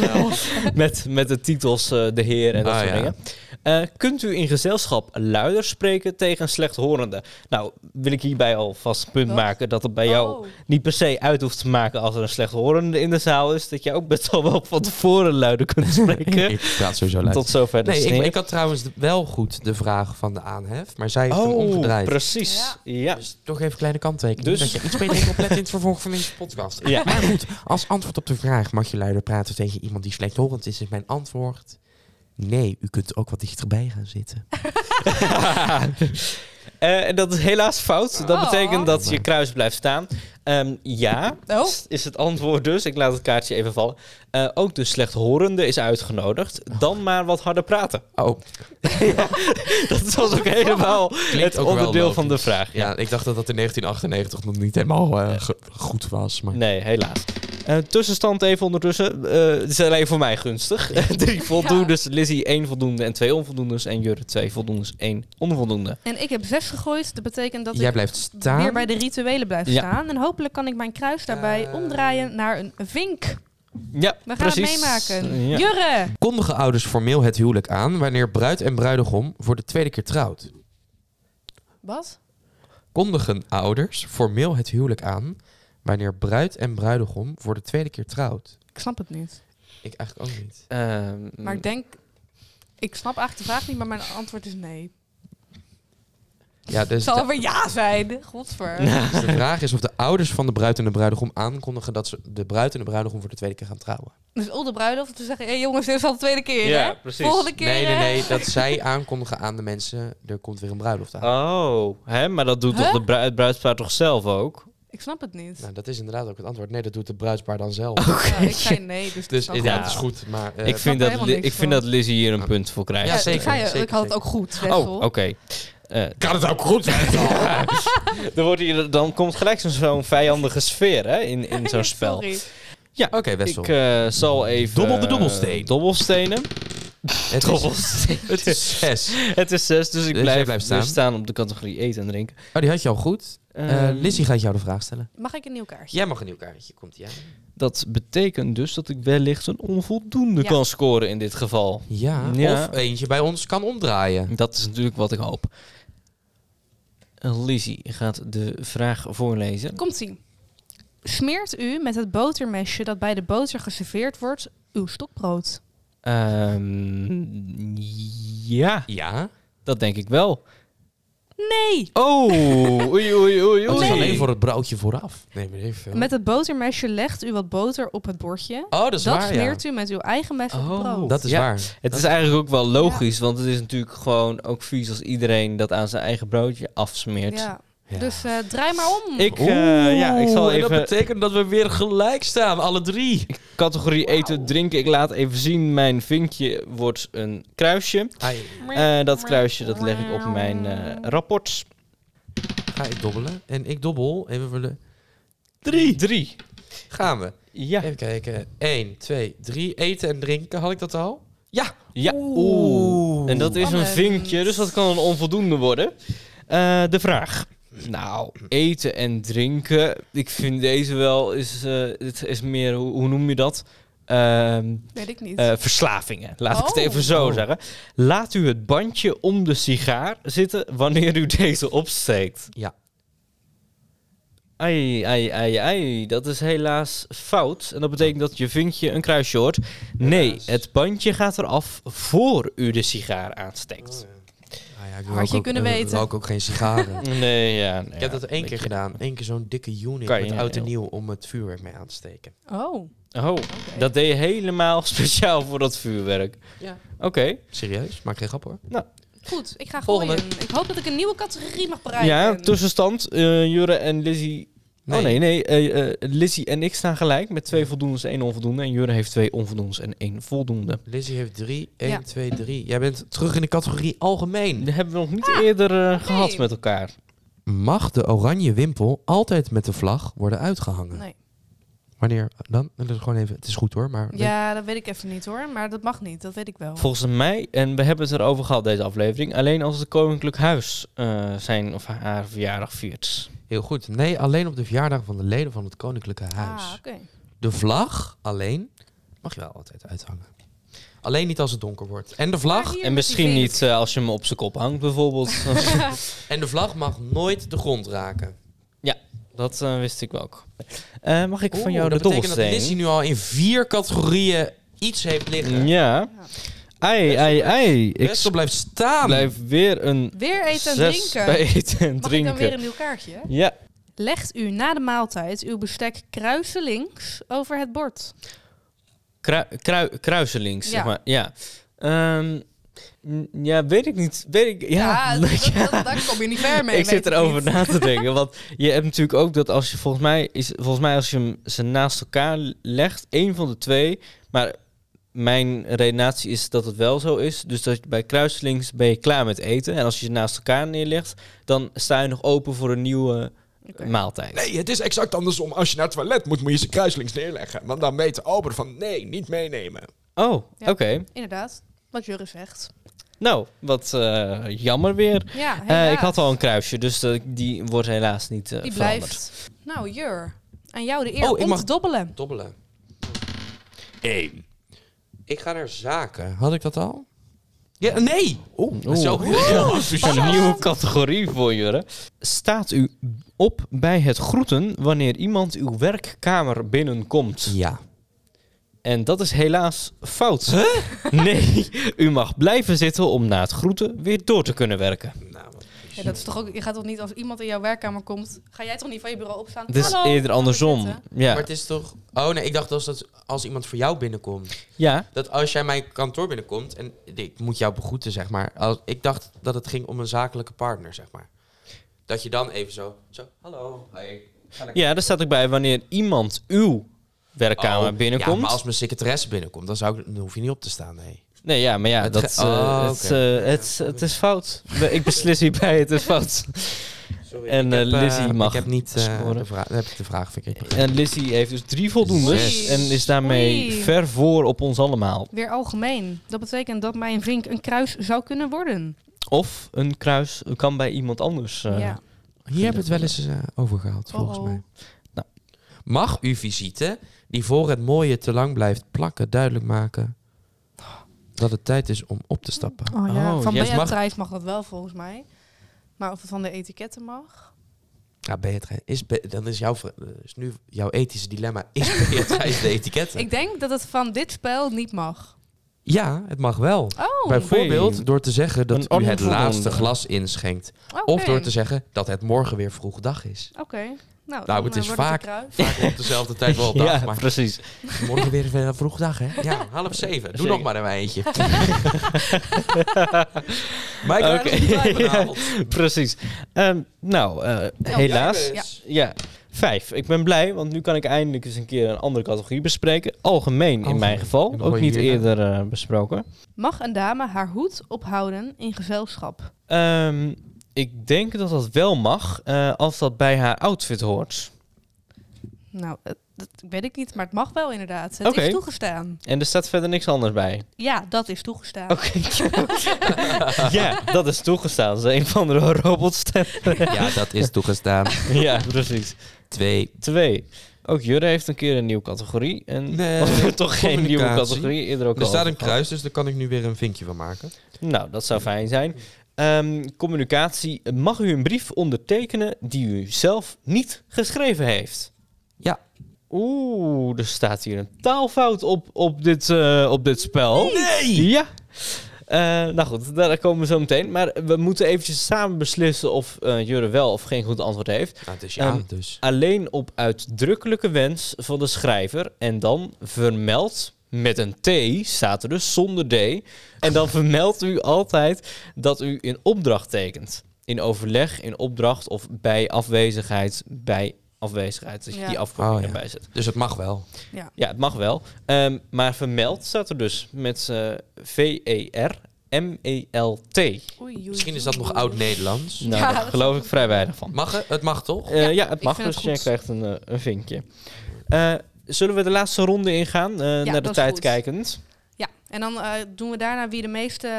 Speaker 3: met, met de titels eh, De Heer en dat
Speaker 4: Ah,
Speaker 3: soort
Speaker 4: ja.
Speaker 3: dingen. Eh, kunt u in gezelschap luider spreken tegen een slechthorende? Nou, wil ik hierbij al vast een punt
Speaker 1: Wat?
Speaker 3: maken dat het bij jou
Speaker 1: Oh.
Speaker 3: niet per se uit hoeft te maken als er een slechthorende in de zaal is. Dat jij ook best wel wel van tevoren luider
Speaker 4: (laughs)
Speaker 3: kunt spreken.
Speaker 4: Ik praat sowieso luid.
Speaker 3: Tot zover de
Speaker 4: Nee, ik,
Speaker 3: sneer.
Speaker 4: ik had trouwens de- wel goed de vraag van de aanhef, maar zij heeft hem
Speaker 3: Oh,
Speaker 4: omgedraaid.
Speaker 3: precies. Ja.
Speaker 4: Dus toch even een kleine kanttekening.
Speaker 3: Dus-
Speaker 4: Dus dat je iets beter moet opletten in het vervolg van deze podcast.
Speaker 3: (laughs) Ja.
Speaker 4: Maar goed, als antwoord op de vraag mag je luider praten tegen iemand die slechthorend is, is mijn antwoord nee, u kunt ook wat dichterbij gaan zitten.
Speaker 3: (laughs) Eh, en dat is helaas fout. Dat
Speaker 1: Oh.
Speaker 3: betekent dat je kruis blijft staan. Ehm, ja,
Speaker 1: Oh.
Speaker 3: is- is het antwoord dus. Ik laat het kaartje even vallen. Eh, ook de slechthorende is uitgenodigd. Dan maar wat harder praten. (laughs)
Speaker 4: Oh,
Speaker 3: Dat was ook (laughs) helemaal het
Speaker 4: ook wel
Speaker 3: onderdeel van de
Speaker 4: logisch.
Speaker 3: vraag. Ja.
Speaker 4: ja, ik dacht dat dat in 1998 nog niet helemaal eh, ge- goed was. Maar...
Speaker 3: Nee, helaas. Eh, tussenstand even ondertussen. Eh, Het is alleen voor mij gunstig. (laughs) Drie
Speaker 1: (laughs)
Speaker 3: voldoendes, Lizzie één voldoende en twee onvoldoendes. En Jurre twee voldoendes, één onvoldoende.
Speaker 1: En ik heb zes gegooid. Dat betekent dat
Speaker 4: Jij
Speaker 1: ik
Speaker 4: blijft staan.
Speaker 1: weer bij de rituelen blijf
Speaker 3: Ja.
Speaker 1: staan. En hopelijk kan ik mijn kruis daarbij
Speaker 4: Eh.
Speaker 1: omdraaien naar een vink.
Speaker 3: Ja,
Speaker 1: We gaan
Speaker 3: precies.
Speaker 1: het meemaken.
Speaker 3: Ja.
Speaker 1: Jurre!
Speaker 4: Kondigen ouders formeel het huwelijk aan wanneer bruid en bruidegom voor de tweede keer trouwt?
Speaker 1: Wat?
Speaker 4: Kondigen ouders formeel het huwelijk aan wanneer bruid en bruidegom voor de tweede keer trouwt?
Speaker 1: Ik snap het niet.
Speaker 4: Ik eigenlijk ook niet.
Speaker 3: Ehm,
Speaker 1: Maar ik denk... Ik snap eigenlijk de vraag niet, maar mijn antwoord is nee.
Speaker 4: Ja,
Speaker 1: Het
Speaker 4: dus
Speaker 1: zal
Speaker 4: de,
Speaker 1: alweer ja zijn. Godver.
Speaker 4: dus de vraag is of de ouders van de bruid en de bruidegom aankondigen dat ze de bruid en de bruidegom voor de tweede keer gaan trouwen.
Speaker 1: Dus op de bruiloft te zeggen... Hé jongens, dit is al de tweede keer,
Speaker 3: Ja,
Speaker 1: hè?
Speaker 3: precies.
Speaker 1: Volgende keer,
Speaker 4: Nee, nee,
Speaker 1: hè?
Speaker 4: nee.
Speaker 1: (laughs)
Speaker 4: Dat zij aankondigen aan de mensen, er komt weer een bruiloft aan.
Speaker 3: Oh, hè? maar dat doet
Speaker 1: Huh?
Speaker 3: toch de bru- het bruidspaar toch zelf ook?
Speaker 1: Ik snap het niet.
Speaker 4: Nou, dat is inderdaad ook het antwoord. Nee, dat doet de bruidspaar dan zelf.
Speaker 1: Ja, ik zei nee, dus,
Speaker 4: Dus
Speaker 1: dat
Speaker 4: ja,
Speaker 3: Ja.
Speaker 4: het is goed, maar... eh,
Speaker 3: ik vind,
Speaker 1: er
Speaker 3: dat,
Speaker 1: helemaal
Speaker 3: Li-
Speaker 1: niks
Speaker 3: ik vind
Speaker 1: van.
Speaker 3: dat Lizzie hier een punt voor krijgt.
Speaker 4: Ja, zeker,
Speaker 1: Ik, zei,
Speaker 4: zeker,
Speaker 1: ik had het
Speaker 4: zeker.
Speaker 1: ook goed,
Speaker 3: Oh,
Speaker 1: Wessel.
Speaker 3: oké. Eh,
Speaker 4: Kan het ook goed zijn?
Speaker 3: (laughs) dan, wordt hier, dan komt gelijk zo'n- zo'n vijandige sfeer hè, in, in
Speaker 1: (laughs)
Speaker 3: zo'n spel.
Speaker 1: Sorry.
Speaker 4: Oké, Wessel.
Speaker 3: Ik eh, zal even...
Speaker 4: Dobbel de
Speaker 3: eh,
Speaker 4: dobbelsteen.
Speaker 3: (laughs) dobbelstenen.
Speaker 4: het, is, (laughs) het is zes.
Speaker 3: Het is zes, dus ik
Speaker 4: Dus
Speaker 3: blijf,
Speaker 4: jij blijft
Speaker 3: dus
Speaker 4: staan.
Speaker 3: staan op de categorie eten en drinken.
Speaker 4: Oh, die had je al goed. Eh
Speaker 3: Ehm,
Speaker 4: Lizzie gaat jou de vraag stellen.
Speaker 1: Mag ik een nieuw kaartje?
Speaker 4: Jij mag een nieuw kaartje, komt ja.
Speaker 3: Dat betekent dus dat ik wellicht een onvoldoende
Speaker 1: Ja.
Speaker 3: kan scoren in dit geval.
Speaker 4: Ja,
Speaker 3: Ja.
Speaker 4: of eentje bij ons kan omdraaien.
Speaker 3: Dat is natuurlijk wat ik hoop. Lizzie gaat de vraag voorlezen.
Speaker 1: Komt-ie. Smeert u met het botermesje dat bij de boter geserveerd wordt uw stokbrood?
Speaker 3: Ehm, ja,
Speaker 4: Ja.
Speaker 3: dat denk ik wel.
Speaker 1: Nee!
Speaker 3: Oh, oei, oei, oei,
Speaker 4: Dat is
Speaker 3: oei.
Speaker 4: alleen voor het broodje vooraf. Nee, maar even.
Speaker 1: Met het botermesje legt u wat boter op het bordje.
Speaker 4: Oh, dat is
Speaker 1: dat
Speaker 4: waar, ja.
Speaker 1: smeert u met uw eigen mes op het
Speaker 3: Oh.
Speaker 1: brood.
Speaker 4: Dat is
Speaker 3: Ja.
Speaker 4: waar.
Speaker 3: Het is eigenlijk ook wel logisch, want het is natuurlijk gewoon ook vies als iedereen dat aan zijn eigen broodje afsmeert.
Speaker 1: Ja.
Speaker 4: Ja.
Speaker 1: Dus eh, draai maar om.
Speaker 3: Ik, eh, ja, ik zal
Speaker 4: Oeh, en
Speaker 3: even...
Speaker 4: Dat betekent dat we weer gelijk staan, alle drie.
Speaker 3: Categorie eten, drinken. Ik laat even zien. Mijn vinkje wordt een kruisje.
Speaker 4: Ai,
Speaker 3: Eh, dat kruisje dat leg ik op mijn eh, rapport.
Speaker 4: ga ik dobbelen. En ik dobbel. Even voor de...
Speaker 3: Drie. Drie.
Speaker 4: Gaan we.
Speaker 3: Ja.
Speaker 4: Even kijken. 1, 2, 3. Eten en drinken. Had ik dat al? Ja.
Speaker 3: ja.
Speaker 4: Oeh.
Speaker 3: En dat is een
Speaker 1: Spannend.
Speaker 3: vinkje, dus dat kan een onvoldoende worden. Eh, de vraag. Nou, eten en drinken. Ik vind deze wel is, eh, het is meer, hoe, hoe noem je dat? Ehm,
Speaker 1: Weet ik niet.
Speaker 3: eh, verslavingen. Laat ik het
Speaker 1: Oh.
Speaker 3: even zo
Speaker 4: Oh.
Speaker 3: zeggen. Laat u het bandje om de sigaar zitten wanneer u (laughs) deze opsteekt.
Speaker 4: Ja.
Speaker 3: Ai, ai, ai, ai. Dat is helaas fout. En dat betekent dat je vinkje een kruisje hoort. Nee,
Speaker 4: Helaas.
Speaker 3: het bandje gaat eraf voor u de sigaar aansteekt.
Speaker 4: Ah ja, ik
Speaker 1: Had je kunnen
Speaker 4: ik
Speaker 1: weten.
Speaker 4: rook ook geen sigaren.
Speaker 3: Nee, ja. nee,
Speaker 4: ik heb
Speaker 3: ja,
Speaker 4: dat één keer
Speaker 3: weet je.
Speaker 4: gedaan. Eén keer zo'n dikke unit
Speaker 3: Kan je
Speaker 4: met
Speaker 3: niet,
Speaker 4: oud en
Speaker 3: joh.
Speaker 4: nieuw om het vuurwerk mee aan te steken.
Speaker 1: Oh.
Speaker 3: Oh, dat deed je helemaal (laughs) speciaal voor dat vuurwerk.
Speaker 4: Ja.
Speaker 3: Oké.
Speaker 4: Serieus? Maak geen grap hoor.
Speaker 1: Goed, ik ga
Speaker 4: Volgende. ehm,
Speaker 1: gooien. Ik hoop dat ik een nieuwe categorie mag bereiken.
Speaker 3: Ja, tussenstand. eh Jurre en Lizzie Nee. Oh nee, nee. eh, eh, Lizzie en ik staan gelijk met twee voldoendes en één onvoldoende. En Jurre heeft twee onvoldoendes en één voldoende.
Speaker 4: Lizzie heeft drie. 1,
Speaker 1: Ja.
Speaker 4: 2, 3. Jij bent terug in de categorie algemeen.
Speaker 3: Die hebben we nog niet
Speaker 4: Ah,
Speaker 3: eerder eh, gehad met elkaar.
Speaker 4: Oh. Mag de oranje wimpel altijd met de vlag worden uitgehangen?
Speaker 1: Nee.
Speaker 4: Wanneer dan? Dat is gewoon even, het is goed hoor, maar...
Speaker 1: Ja, dat weet ik even niet hoor. Maar dat mag niet. Dat weet ik wel.
Speaker 3: Volgens mij, en we hebben het erover gehad deze aflevering, alleen als het Koninklijk Huis eh, zijn of haar verjaardag viert.
Speaker 4: Heel goed. Nee, alleen op de verjaardag van de leden van het Koninklijke Huis.
Speaker 1: Ah, oké.
Speaker 4: De vlag alleen mag je wel altijd uithangen. Alleen niet als het donker wordt. En de vlag,
Speaker 1: Maar hier
Speaker 3: en
Speaker 1: met die
Speaker 3: misschien
Speaker 1: vink.
Speaker 3: niet eh, als je hem op zijn kop hangt
Speaker 4: (laughs)
Speaker 3: bijvoorbeeld.
Speaker 4: en de vlag mag nooit de grond raken.
Speaker 3: dat eh, wist ik wel ook. Eh, mag ik van jou de
Speaker 4: dat betekent dat
Speaker 3: dobbelsteen?
Speaker 4: Lizzie nu al in vier categorieën iets heeft liggen.
Speaker 3: Ja. Ei, ei, ei. Ik
Speaker 4: Best blijft staan.
Speaker 3: blijf weer een
Speaker 1: Weer eten en
Speaker 3: eh, zes
Speaker 1: drinken.
Speaker 3: bij eten en
Speaker 1: Mag ik dan
Speaker 3: drinken.
Speaker 1: weer een nieuw kaartje?
Speaker 3: Ja.
Speaker 1: Legt u na de maaltijd uw bestek kruiselings over het bord.
Speaker 3: Krui, krui- kruiselings,
Speaker 1: Ja.
Speaker 3: zeg maar. Ja. Ehm, n- ja, weet ik niet. Weet ik, ja, (laughs)
Speaker 1: dat- dat- dat- daar kom je niet ver mee.
Speaker 3: ik
Speaker 1: weet
Speaker 3: zit erover
Speaker 1: niet. (laughs)
Speaker 3: na te denken. Want je hebt natuurlijk ook dat als je volgens mij, is, volgens mij als je hem ze naast elkaar legt, één van de twee. Maar mijn redenatie is dat het wel zo is. Dus dat je bij kruiselings ben je klaar met eten. En als je ze naast elkaar neerlegt, dan sta je nog open voor een nieuwe
Speaker 1: Oké.
Speaker 3: maaltijd.
Speaker 7: Nee, het is exact andersom. Als je naar het toilet moet, moet je ze kruislings neerleggen. Want dan weet Albert van nee, niet meenemen.
Speaker 3: Oh,
Speaker 1: Ja.
Speaker 3: oké.
Speaker 1: Inderdaad, wat Jurre zegt.
Speaker 3: Nou, wat eh, jammer weer.
Speaker 1: Ja,
Speaker 3: Eh,
Speaker 1: helaas.
Speaker 3: ik had al een kruisje, dus eh, die wordt helaas niet eh
Speaker 1: Die
Speaker 3: veranderd.
Speaker 1: blijft. Nou, Jur, aan jou de eer
Speaker 4: Oh, ik
Speaker 1: om
Speaker 4: mag-
Speaker 1: te dobbelen.
Speaker 4: Dobbelen.
Speaker 7: Eén.
Speaker 4: Ik ga naar zaken. Had ik dat al? Ja, nee! Oeh, zo.
Speaker 3: Een nieuwe categorie voor Jurre. Staat u op bij het groeten wanneer iemand uw werkkamer binnenkomt?
Speaker 4: Ja.
Speaker 3: En dat is helaas fout. (laughs) Nee, u mag blijven zitten om na het groeten weer door te kunnen werken.
Speaker 1: Ja, dat is toch ook, je gaat toch niet als iemand in jouw werkkamer komt, ga jij toch niet van je bureau opstaan?
Speaker 3: Dit is
Speaker 1: Hallo,
Speaker 3: eerder
Speaker 1: mag ik
Speaker 3: andersom.
Speaker 1: zitten?
Speaker 4: Maar
Speaker 3: Ja.
Speaker 4: het is toch... Oh nee, ik dacht als, dat, als iemand voor jou binnenkomt.
Speaker 3: ja,
Speaker 4: Dat als jij mijn kantoor binnenkomt... En ik moet jou begroeten, zeg maar. Als, ik dacht dat het ging om een zakelijke partner, zeg maar. Dat je dan even zo... Zo, hallo. Hey.
Speaker 3: ja, daar staat ook bij wanneer iemand uw werkkamer
Speaker 4: Oh,
Speaker 3: binnenkomt.
Speaker 4: Ja, maar als mijn secretaresse binnenkomt, dan, zou ik, dan hoef je niet op te staan, nee.
Speaker 3: Nee, ja, maar ja,
Speaker 4: Het
Speaker 3: dat,
Speaker 4: ge-
Speaker 3: eh,
Speaker 4: Oh,
Speaker 3: het,
Speaker 4: oké.
Speaker 3: eh, het, het is fout. We- Ik beslis hierbij, het is fout.
Speaker 4: Sorry,
Speaker 3: En, eh, Lizzie mag
Speaker 4: Ik heb niet eh,
Speaker 3: scoren.
Speaker 4: de vraag, heb ik de vraag verkeerd.
Speaker 3: En Lizzie heeft dus drie voldoendes
Speaker 1: Zes.
Speaker 3: en is daarmee
Speaker 1: Oei.
Speaker 3: ver voor op ons allemaal.
Speaker 1: Weer algemeen. Dat betekent dat mijn vink een kruis zou kunnen worden.
Speaker 3: Of een kruis kan bij iemand anders. eh.
Speaker 1: ja.
Speaker 4: Hier hebben we het wel eens eh, over gehad, volgens
Speaker 1: Oh-oh.
Speaker 4: mij.
Speaker 3: Oh, Nou.
Speaker 4: Mag uw visite, die voor het mooie te lang blijft plakken, duidelijk maken dat het tijd is om op te stappen?
Speaker 1: Oh ja,
Speaker 3: Oh,
Speaker 1: van
Speaker 3: ja.
Speaker 1: Bea
Speaker 4: Mag-
Speaker 1: Thijs mag dat wel volgens mij. Maar of het van de etiketten mag.
Speaker 4: Ja, Beatrice, is Be- dan is, jouw, vra- eh, is nu jouw ethische dilemma, is
Speaker 3: (laughs)
Speaker 4: Beatrice de etiketten?
Speaker 1: Ik denk dat het van dit spel niet mag.
Speaker 4: Ja, het mag wel.
Speaker 1: Oh,
Speaker 4: Bijvoorbeeld door te zeggen
Speaker 3: Een
Speaker 4: dat u het
Speaker 3: onvoldoende.
Speaker 4: laatste glas inschenkt.
Speaker 1: oké.
Speaker 4: Of door te zeggen dat het morgen weer vroeg dag is.
Speaker 1: Oké. Nou,
Speaker 4: Nou,
Speaker 1: dan,
Speaker 4: het
Speaker 1: eh,
Speaker 4: is
Speaker 1: wordt
Speaker 4: vaak,
Speaker 1: een kruis.
Speaker 4: vaak op dezelfde
Speaker 3: (laughs)
Speaker 4: tijd wel op dag.
Speaker 3: Ja,
Speaker 4: maar
Speaker 3: precies.
Speaker 4: morgen weer eh, vroeg dag, hè? Ja, half zeven. Doe
Speaker 3: Zeker.
Speaker 4: nog maar een (laughs) wijntje. maar ik raak
Speaker 3: Oké.
Speaker 4: (laughs) het niet
Speaker 3: (laughs)
Speaker 4: bij vanavond.
Speaker 3: precies. Ehm, nou, eh, helaas.
Speaker 1: Ja.
Speaker 3: Ja, vijf. Ik ben blij, want nu kan ik eindelijk eens een keer een andere categorie bespreken. Algemeen, in mijn
Speaker 4: Algemeen.
Speaker 3: geval.
Speaker 4: En dan
Speaker 3: Ook
Speaker 4: hoor je
Speaker 3: niet
Speaker 4: hierna.
Speaker 3: eerder eh, besproken.
Speaker 1: Mag een dame haar hoed ophouden in gezelschap?
Speaker 3: Ehm, ik denk dat dat wel mag, eh, als dat bij haar outfit hoort.
Speaker 1: Nou, eh, dat weet ik niet, maar het mag wel inderdaad. Het
Speaker 3: Oké.
Speaker 1: is toegestaan.
Speaker 3: En er staat verder niks anders bij.
Speaker 1: Ja, dat is toegestaan.
Speaker 3: Oké. (laughs) ja, dat is toegestaan. Dat is een van de robotstem.
Speaker 4: Ja, dat is (laughs) toegestaan.
Speaker 3: (laughs) ja, precies.
Speaker 4: Twee.
Speaker 3: Twee. Ook Jurre heeft een keer een nieuwe categorie. En
Speaker 4: Nee,
Speaker 3: (laughs) Of toch geen nieuwe
Speaker 4: communicatie.
Speaker 3: categorie. Eerder ook
Speaker 4: Er
Speaker 3: al
Speaker 4: staat een
Speaker 3: over
Speaker 4: kruis, dus daar kan ik nu weer een vinkje van maken.
Speaker 3: gehad. Nou, dat zou fijn zijn. Ehm, communicatie. Mag u een brief ondertekenen die u zelf niet geschreven heeft?
Speaker 4: Ja.
Speaker 3: Oeh, er staat hier een taalfout op, op, dit, eh, op dit spel. Nee! Ja. Eh, nou goed, daar komen we zo meteen. Maar we moeten eventjes samen beslissen of eh Jurre wel of geen goed antwoord heeft.
Speaker 4: Nou, het is ja,
Speaker 3: Ehm,
Speaker 4: dus.
Speaker 3: Alleen op uitdrukkelijke wens van de schrijver. En dan vermeld met een T, staat er dus zonder D. En dan vermeldt u altijd dat u in opdracht tekent. In overleg, in opdracht of bij afwezigheid, bij afwezigheid, dat je
Speaker 1: Ja.
Speaker 3: die afkorting
Speaker 4: Oh, ja.
Speaker 3: erbij zet.
Speaker 4: Dus het mag wel.
Speaker 3: Ja, het mag wel. Ehm, maar vermeld staat er dus met eh, E V-E-R-M-E-L-T.
Speaker 1: Oei, oei,
Speaker 4: Misschien
Speaker 1: oei,
Speaker 4: is dat nog
Speaker 1: oei.
Speaker 4: oud-Nederlands.
Speaker 3: Nou,
Speaker 1: Ja,
Speaker 3: daar
Speaker 1: dat
Speaker 3: geloof ik vrij weinig van.
Speaker 4: Mag het? Het mag toch?
Speaker 3: Eh, ja, het
Speaker 1: ik
Speaker 3: mag,
Speaker 1: vind
Speaker 3: dus
Speaker 1: het
Speaker 3: jij
Speaker 1: goed.
Speaker 3: krijgt een, eh, een vinkje. Eh, zullen we de laatste ronde ingaan, eh, naar
Speaker 1: dat
Speaker 3: de
Speaker 1: is
Speaker 3: tijd
Speaker 1: goed.
Speaker 3: kijkend?
Speaker 1: Ja, en dan eh, doen we daarna wie de meeste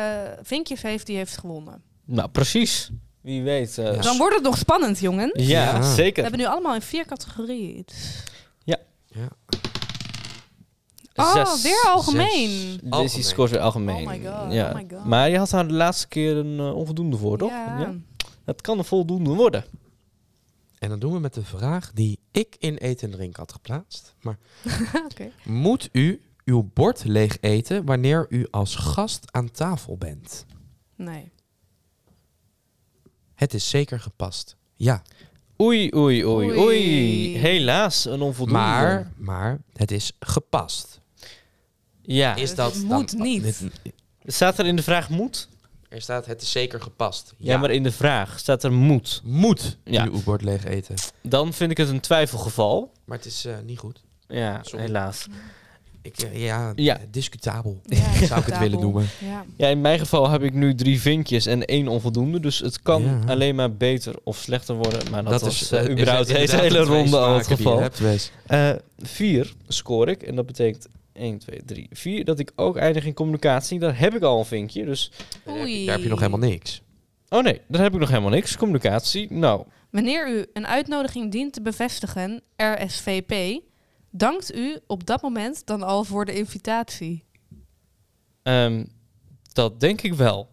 Speaker 1: vinkjes heeft, die heeft gewonnen.
Speaker 3: Nou, precies. Wie weet. eh,
Speaker 4: Ja.
Speaker 3: s-
Speaker 1: Dan wordt het nog spannend, jongen.
Speaker 3: ja,
Speaker 4: Ja.
Speaker 1: We
Speaker 3: zeker.
Speaker 1: hebben nu allemaal in vier categorieën iets. Oh,
Speaker 3: Zes.
Speaker 1: weer algemeen.
Speaker 3: Deze
Speaker 4: Algemeen.
Speaker 3: scoort weer algemeen.
Speaker 1: Oh my god,
Speaker 3: Ja.
Speaker 1: oh my god.
Speaker 3: Maar je had daar de laatste keer een eh, onvoldoende voor, toch?
Speaker 1: Ja.
Speaker 3: Dat kan een voldoende worden.
Speaker 4: En dan doen we met de vraag die ik in eten en drink had geplaatst. Maar
Speaker 1: (laughs) Oké.
Speaker 4: moet u uw bord leeg eten wanneer u als gast aan tafel bent?
Speaker 1: Nee.
Speaker 4: Het is zeker gepast. Ja,
Speaker 3: Oei, oei, oei,
Speaker 1: Oei.
Speaker 3: oei. Helaas, een onvoldoende.
Speaker 4: maar, maar het is gepast.
Speaker 3: Ja,
Speaker 4: Is
Speaker 1: Het
Speaker 4: dat
Speaker 1: moet
Speaker 4: dan-
Speaker 1: niet.
Speaker 4: Dit-
Speaker 3: staat er in de vraag moet?
Speaker 4: Er staat het is zeker gepast.
Speaker 3: Ja, maar in de vraag staat er moet.
Speaker 4: moet
Speaker 3: Ja.
Speaker 4: u uw bord leeg eten.
Speaker 3: Dan vind ik het een twijfelgeval.
Speaker 4: Maar het is eh, niet goed.
Speaker 3: Ja,
Speaker 4: Sorry.
Speaker 3: helaas.
Speaker 4: Ik, eh, ja,
Speaker 3: Ja.
Speaker 4: eh, discutabel
Speaker 1: Ja,
Speaker 4: (laughs) zou ik het willen
Speaker 1: acceptabel.
Speaker 4: noemen.
Speaker 1: Ja.
Speaker 3: Ja, in mijn geval heb ik nu drie vinkjes en één onvoldoende. Dus het kan
Speaker 4: Ja.
Speaker 3: alleen maar beter of slechter worden. Maar dat, was eh,
Speaker 4: eh,
Speaker 3: überhaupt
Speaker 4: is
Speaker 3: deze
Speaker 4: inderdaad
Speaker 3: hele
Speaker 4: de twee
Speaker 3: ronde al het
Speaker 4: smaken die je
Speaker 3: geval.
Speaker 4: hebt, Wes.
Speaker 3: Eh, vier score ik. En dat betekent 1, 2, 3, 4. Dat ik ook eindig in communicatie. Daar heb ik al een vinkje. Dus,
Speaker 4: Daar heb je-
Speaker 1: Oei.
Speaker 4: Daar heb je nog helemaal niks.
Speaker 3: oh nee, daar heb ik nog helemaal niks. Communicatie, nou.
Speaker 1: Wanneer u een uitnodiging dient te bevestigen, RSVP, dankt u op dat moment dan al voor de invitatie.
Speaker 3: ehm, dat denk ik wel.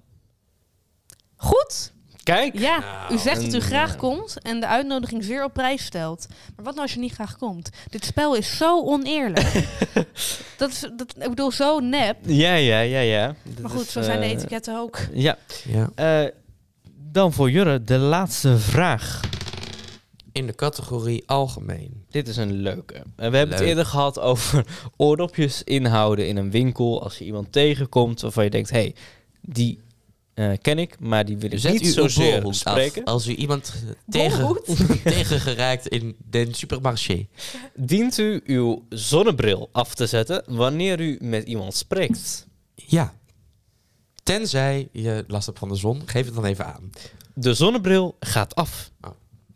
Speaker 1: Goed?
Speaker 3: Kijk.
Speaker 1: Ja, u zegt dat u
Speaker 3: en,
Speaker 1: graag komt en de uitnodiging zeer op prijs stelt. Maar wat nou als je niet graag komt? Dit spel is zo oneerlijk.
Speaker 3: (laughs)
Speaker 1: dat is, dat, ik bedoel, zo nep.
Speaker 3: Ja, ja, ja, ja. Dit
Speaker 1: Maar goed,
Speaker 3: is,
Speaker 1: zo zijn de
Speaker 3: eh,
Speaker 1: etiketten ook.
Speaker 3: Ja.
Speaker 4: Ja.
Speaker 3: Eh, dan voor Jurre, de laatste vraag.
Speaker 4: In de categorie algemeen.
Speaker 3: Dit is een leuke. En we hebben het
Speaker 4: Leuk.
Speaker 3: eerder gehad over (laughs) oordopjes inhouden in een winkel. Als je iemand tegenkomt waarvan je denkt, hé, hey, die eh, ken ik, maar die wil ik niet zozeer spreken.
Speaker 4: Dus als u iemand
Speaker 1: tegen-
Speaker 4: tegen, (laughs) tegengereikt in den supermarché.
Speaker 3: Dient u uw zonnebril af te zetten wanneer u met iemand spreekt?
Speaker 4: Ja. Tenzij je last hebt van de zon, geef het dan even aan.
Speaker 3: De zonnebril gaat af.
Speaker 4: Oh.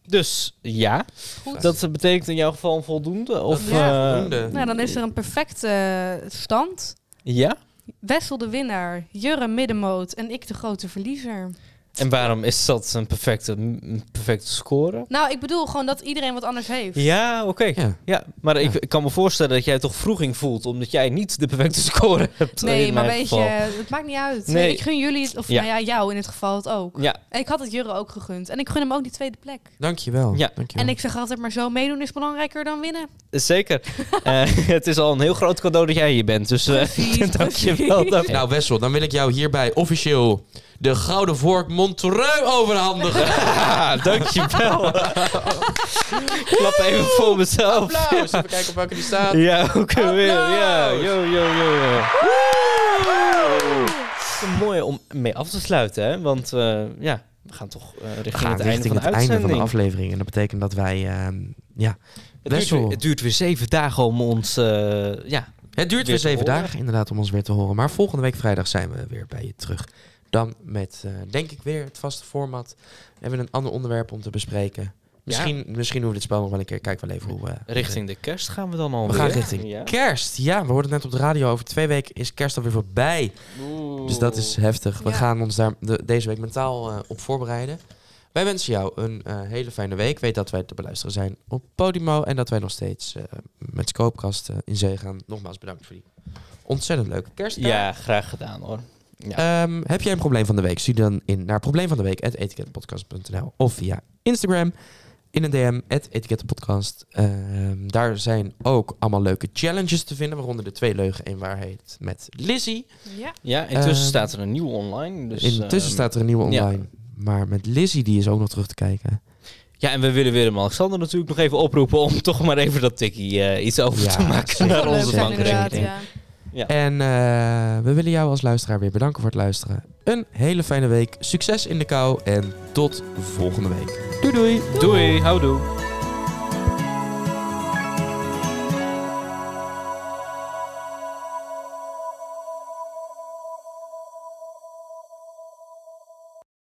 Speaker 3: Dus ja,
Speaker 1: Goed.
Speaker 3: dat betekent in jouw geval een voldoende? Of,
Speaker 1: is een
Speaker 3: eh,
Speaker 4: voldoende.
Speaker 1: Nou, dan is er een perfecte stand.
Speaker 3: Ja?
Speaker 1: Wessel de winnaar, Jurre middenmoot en ik de grote verliezer.
Speaker 3: En waarom is dat een perfecte, een perfecte score?
Speaker 1: Nou, ik bedoel gewoon dat iedereen wat anders heeft.
Speaker 3: Ja, oké. Ja.
Speaker 4: Ja.
Speaker 3: maar Ik,
Speaker 4: Ja.
Speaker 3: ik kan me voorstellen dat jij toch vroeging voelt, omdat jij niet de perfecte score hebt.
Speaker 1: Nee,
Speaker 3: in
Speaker 1: maar
Speaker 3: mijn
Speaker 1: weet
Speaker 3: geval.
Speaker 1: je, het maakt niet uit.
Speaker 3: Nee.
Speaker 1: Ik gun jullie, het- of
Speaker 3: Ja.
Speaker 1: nou ja, jou in dit geval het ook.
Speaker 3: Ja,
Speaker 1: En ik had het Jurre ook gegund. En ik gun hem ook die tweede plek.
Speaker 4: Dankjewel.
Speaker 3: Ja.
Speaker 4: Dankjewel.
Speaker 1: En ik zeg altijd maar zo, meedoen is belangrijker dan
Speaker 3: (laughs)
Speaker 1: winnen. (laughs)
Speaker 3: zeker. Eh, (laughs) het is al een heel groot cadeau dat jij hier bent,
Speaker 1: (laughs)
Speaker 3: dus eh (laughs)
Speaker 1: Precies,
Speaker 3: dank je wel.
Speaker 1: precies.
Speaker 3: daarvoor.
Speaker 4: Nou Wessel, dan wil ik jou hierbij officieel de Gouden Vork Montreux overhandigen.
Speaker 3: Ja, dank je
Speaker 4: (laughs)
Speaker 3: wel. Klap even voor mezelf.
Speaker 4: Applaus. Even kijken op welke die staat.
Speaker 3: Ja, ook weer. Ja,
Speaker 4: Applaus.
Speaker 3: yo, yo, yo, yo. Het is een mooie om mee af te sluiten, hè? Want eh, ja, we gaan toch eh, richting,
Speaker 4: We gaan
Speaker 3: het,
Speaker 4: richting
Speaker 3: einde
Speaker 4: het
Speaker 3: van
Speaker 4: einde
Speaker 3: de
Speaker 4: van de
Speaker 3: uitzending.
Speaker 4: aflevering. En dat betekent dat wij... ehm, ja,
Speaker 3: Het duurt,
Speaker 4: Wessel.
Speaker 3: weer, het duurt weer zeven dagen om ons. eh, ja,
Speaker 4: het duurt
Speaker 3: Weer
Speaker 4: weer
Speaker 3: te
Speaker 4: zeven
Speaker 3: horen.
Speaker 4: dagen inderdaad om ons weer te horen. Maar volgende week vrijdag zijn we weer bij je terug. Dan met, eh, denk ik weer, het vaste format. We hebben een ander onderwerp om te bespreken. Misschien, misschien doen we dit spel nog wel een keer. Kijk wel even hoe... we
Speaker 3: richting de kerst gaan we dan al.
Speaker 4: We gaan richting
Speaker 3: Ja.
Speaker 4: kerst. Ja, we hoorden net op de radio. Over twee weken is kerst alweer voorbij. Dus dat is heftig. We
Speaker 1: Ja.
Speaker 4: gaan ons daar de- deze week mentaal eh, op voorbereiden. Wij wensen jou een eh, hele fijne week. Weet dat wij te beluisteren zijn op Podimo. En dat wij nog steeds eh, met Scoopkast eh, in zee gaan. Nogmaals bedankt voor die ontzettend leuke kerst.
Speaker 3: Ja, graag gedaan hoor.
Speaker 4: Ehm, heb jij een probleem van de week? Stuur dan in naar probleem van de week of via Instagram in een DM etikettenpodcast. Ehm, daar zijn ook allemaal leuke challenges te vinden, waaronder de twee leugen en waarheid met Lizzie.
Speaker 1: Ja.
Speaker 3: Ja, intussen
Speaker 4: Ehm,
Speaker 3: staat er een nieuwe online. Dus,
Speaker 4: Intussen
Speaker 3: ehm,
Speaker 4: staat er een nieuwe
Speaker 3: ja.
Speaker 4: online, maar met Lizzie die is ook nog terug te kijken.
Speaker 3: Ja, en we willen Willem-Alexander natuurlijk nog even oproepen om toch maar even dat tikkie eh, iets over
Speaker 4: Ja,
Speaker 3: te maken
Speaker 4: zeker.
Speaker 3: naar
Speaker 1: Zou leuk
Speaker 3: onze
Speaker 1: zijn
Speaker 3: bankrekening.
Speaker 1: inderdaad, ja.
Speaker 4: En eh, we willen jou als luisteraar weer bedanken voor het luisteren. Een hele fijne week, succes in de kou en tot volgende week. Doei doei!
Speaker 3: Doei, houdoe.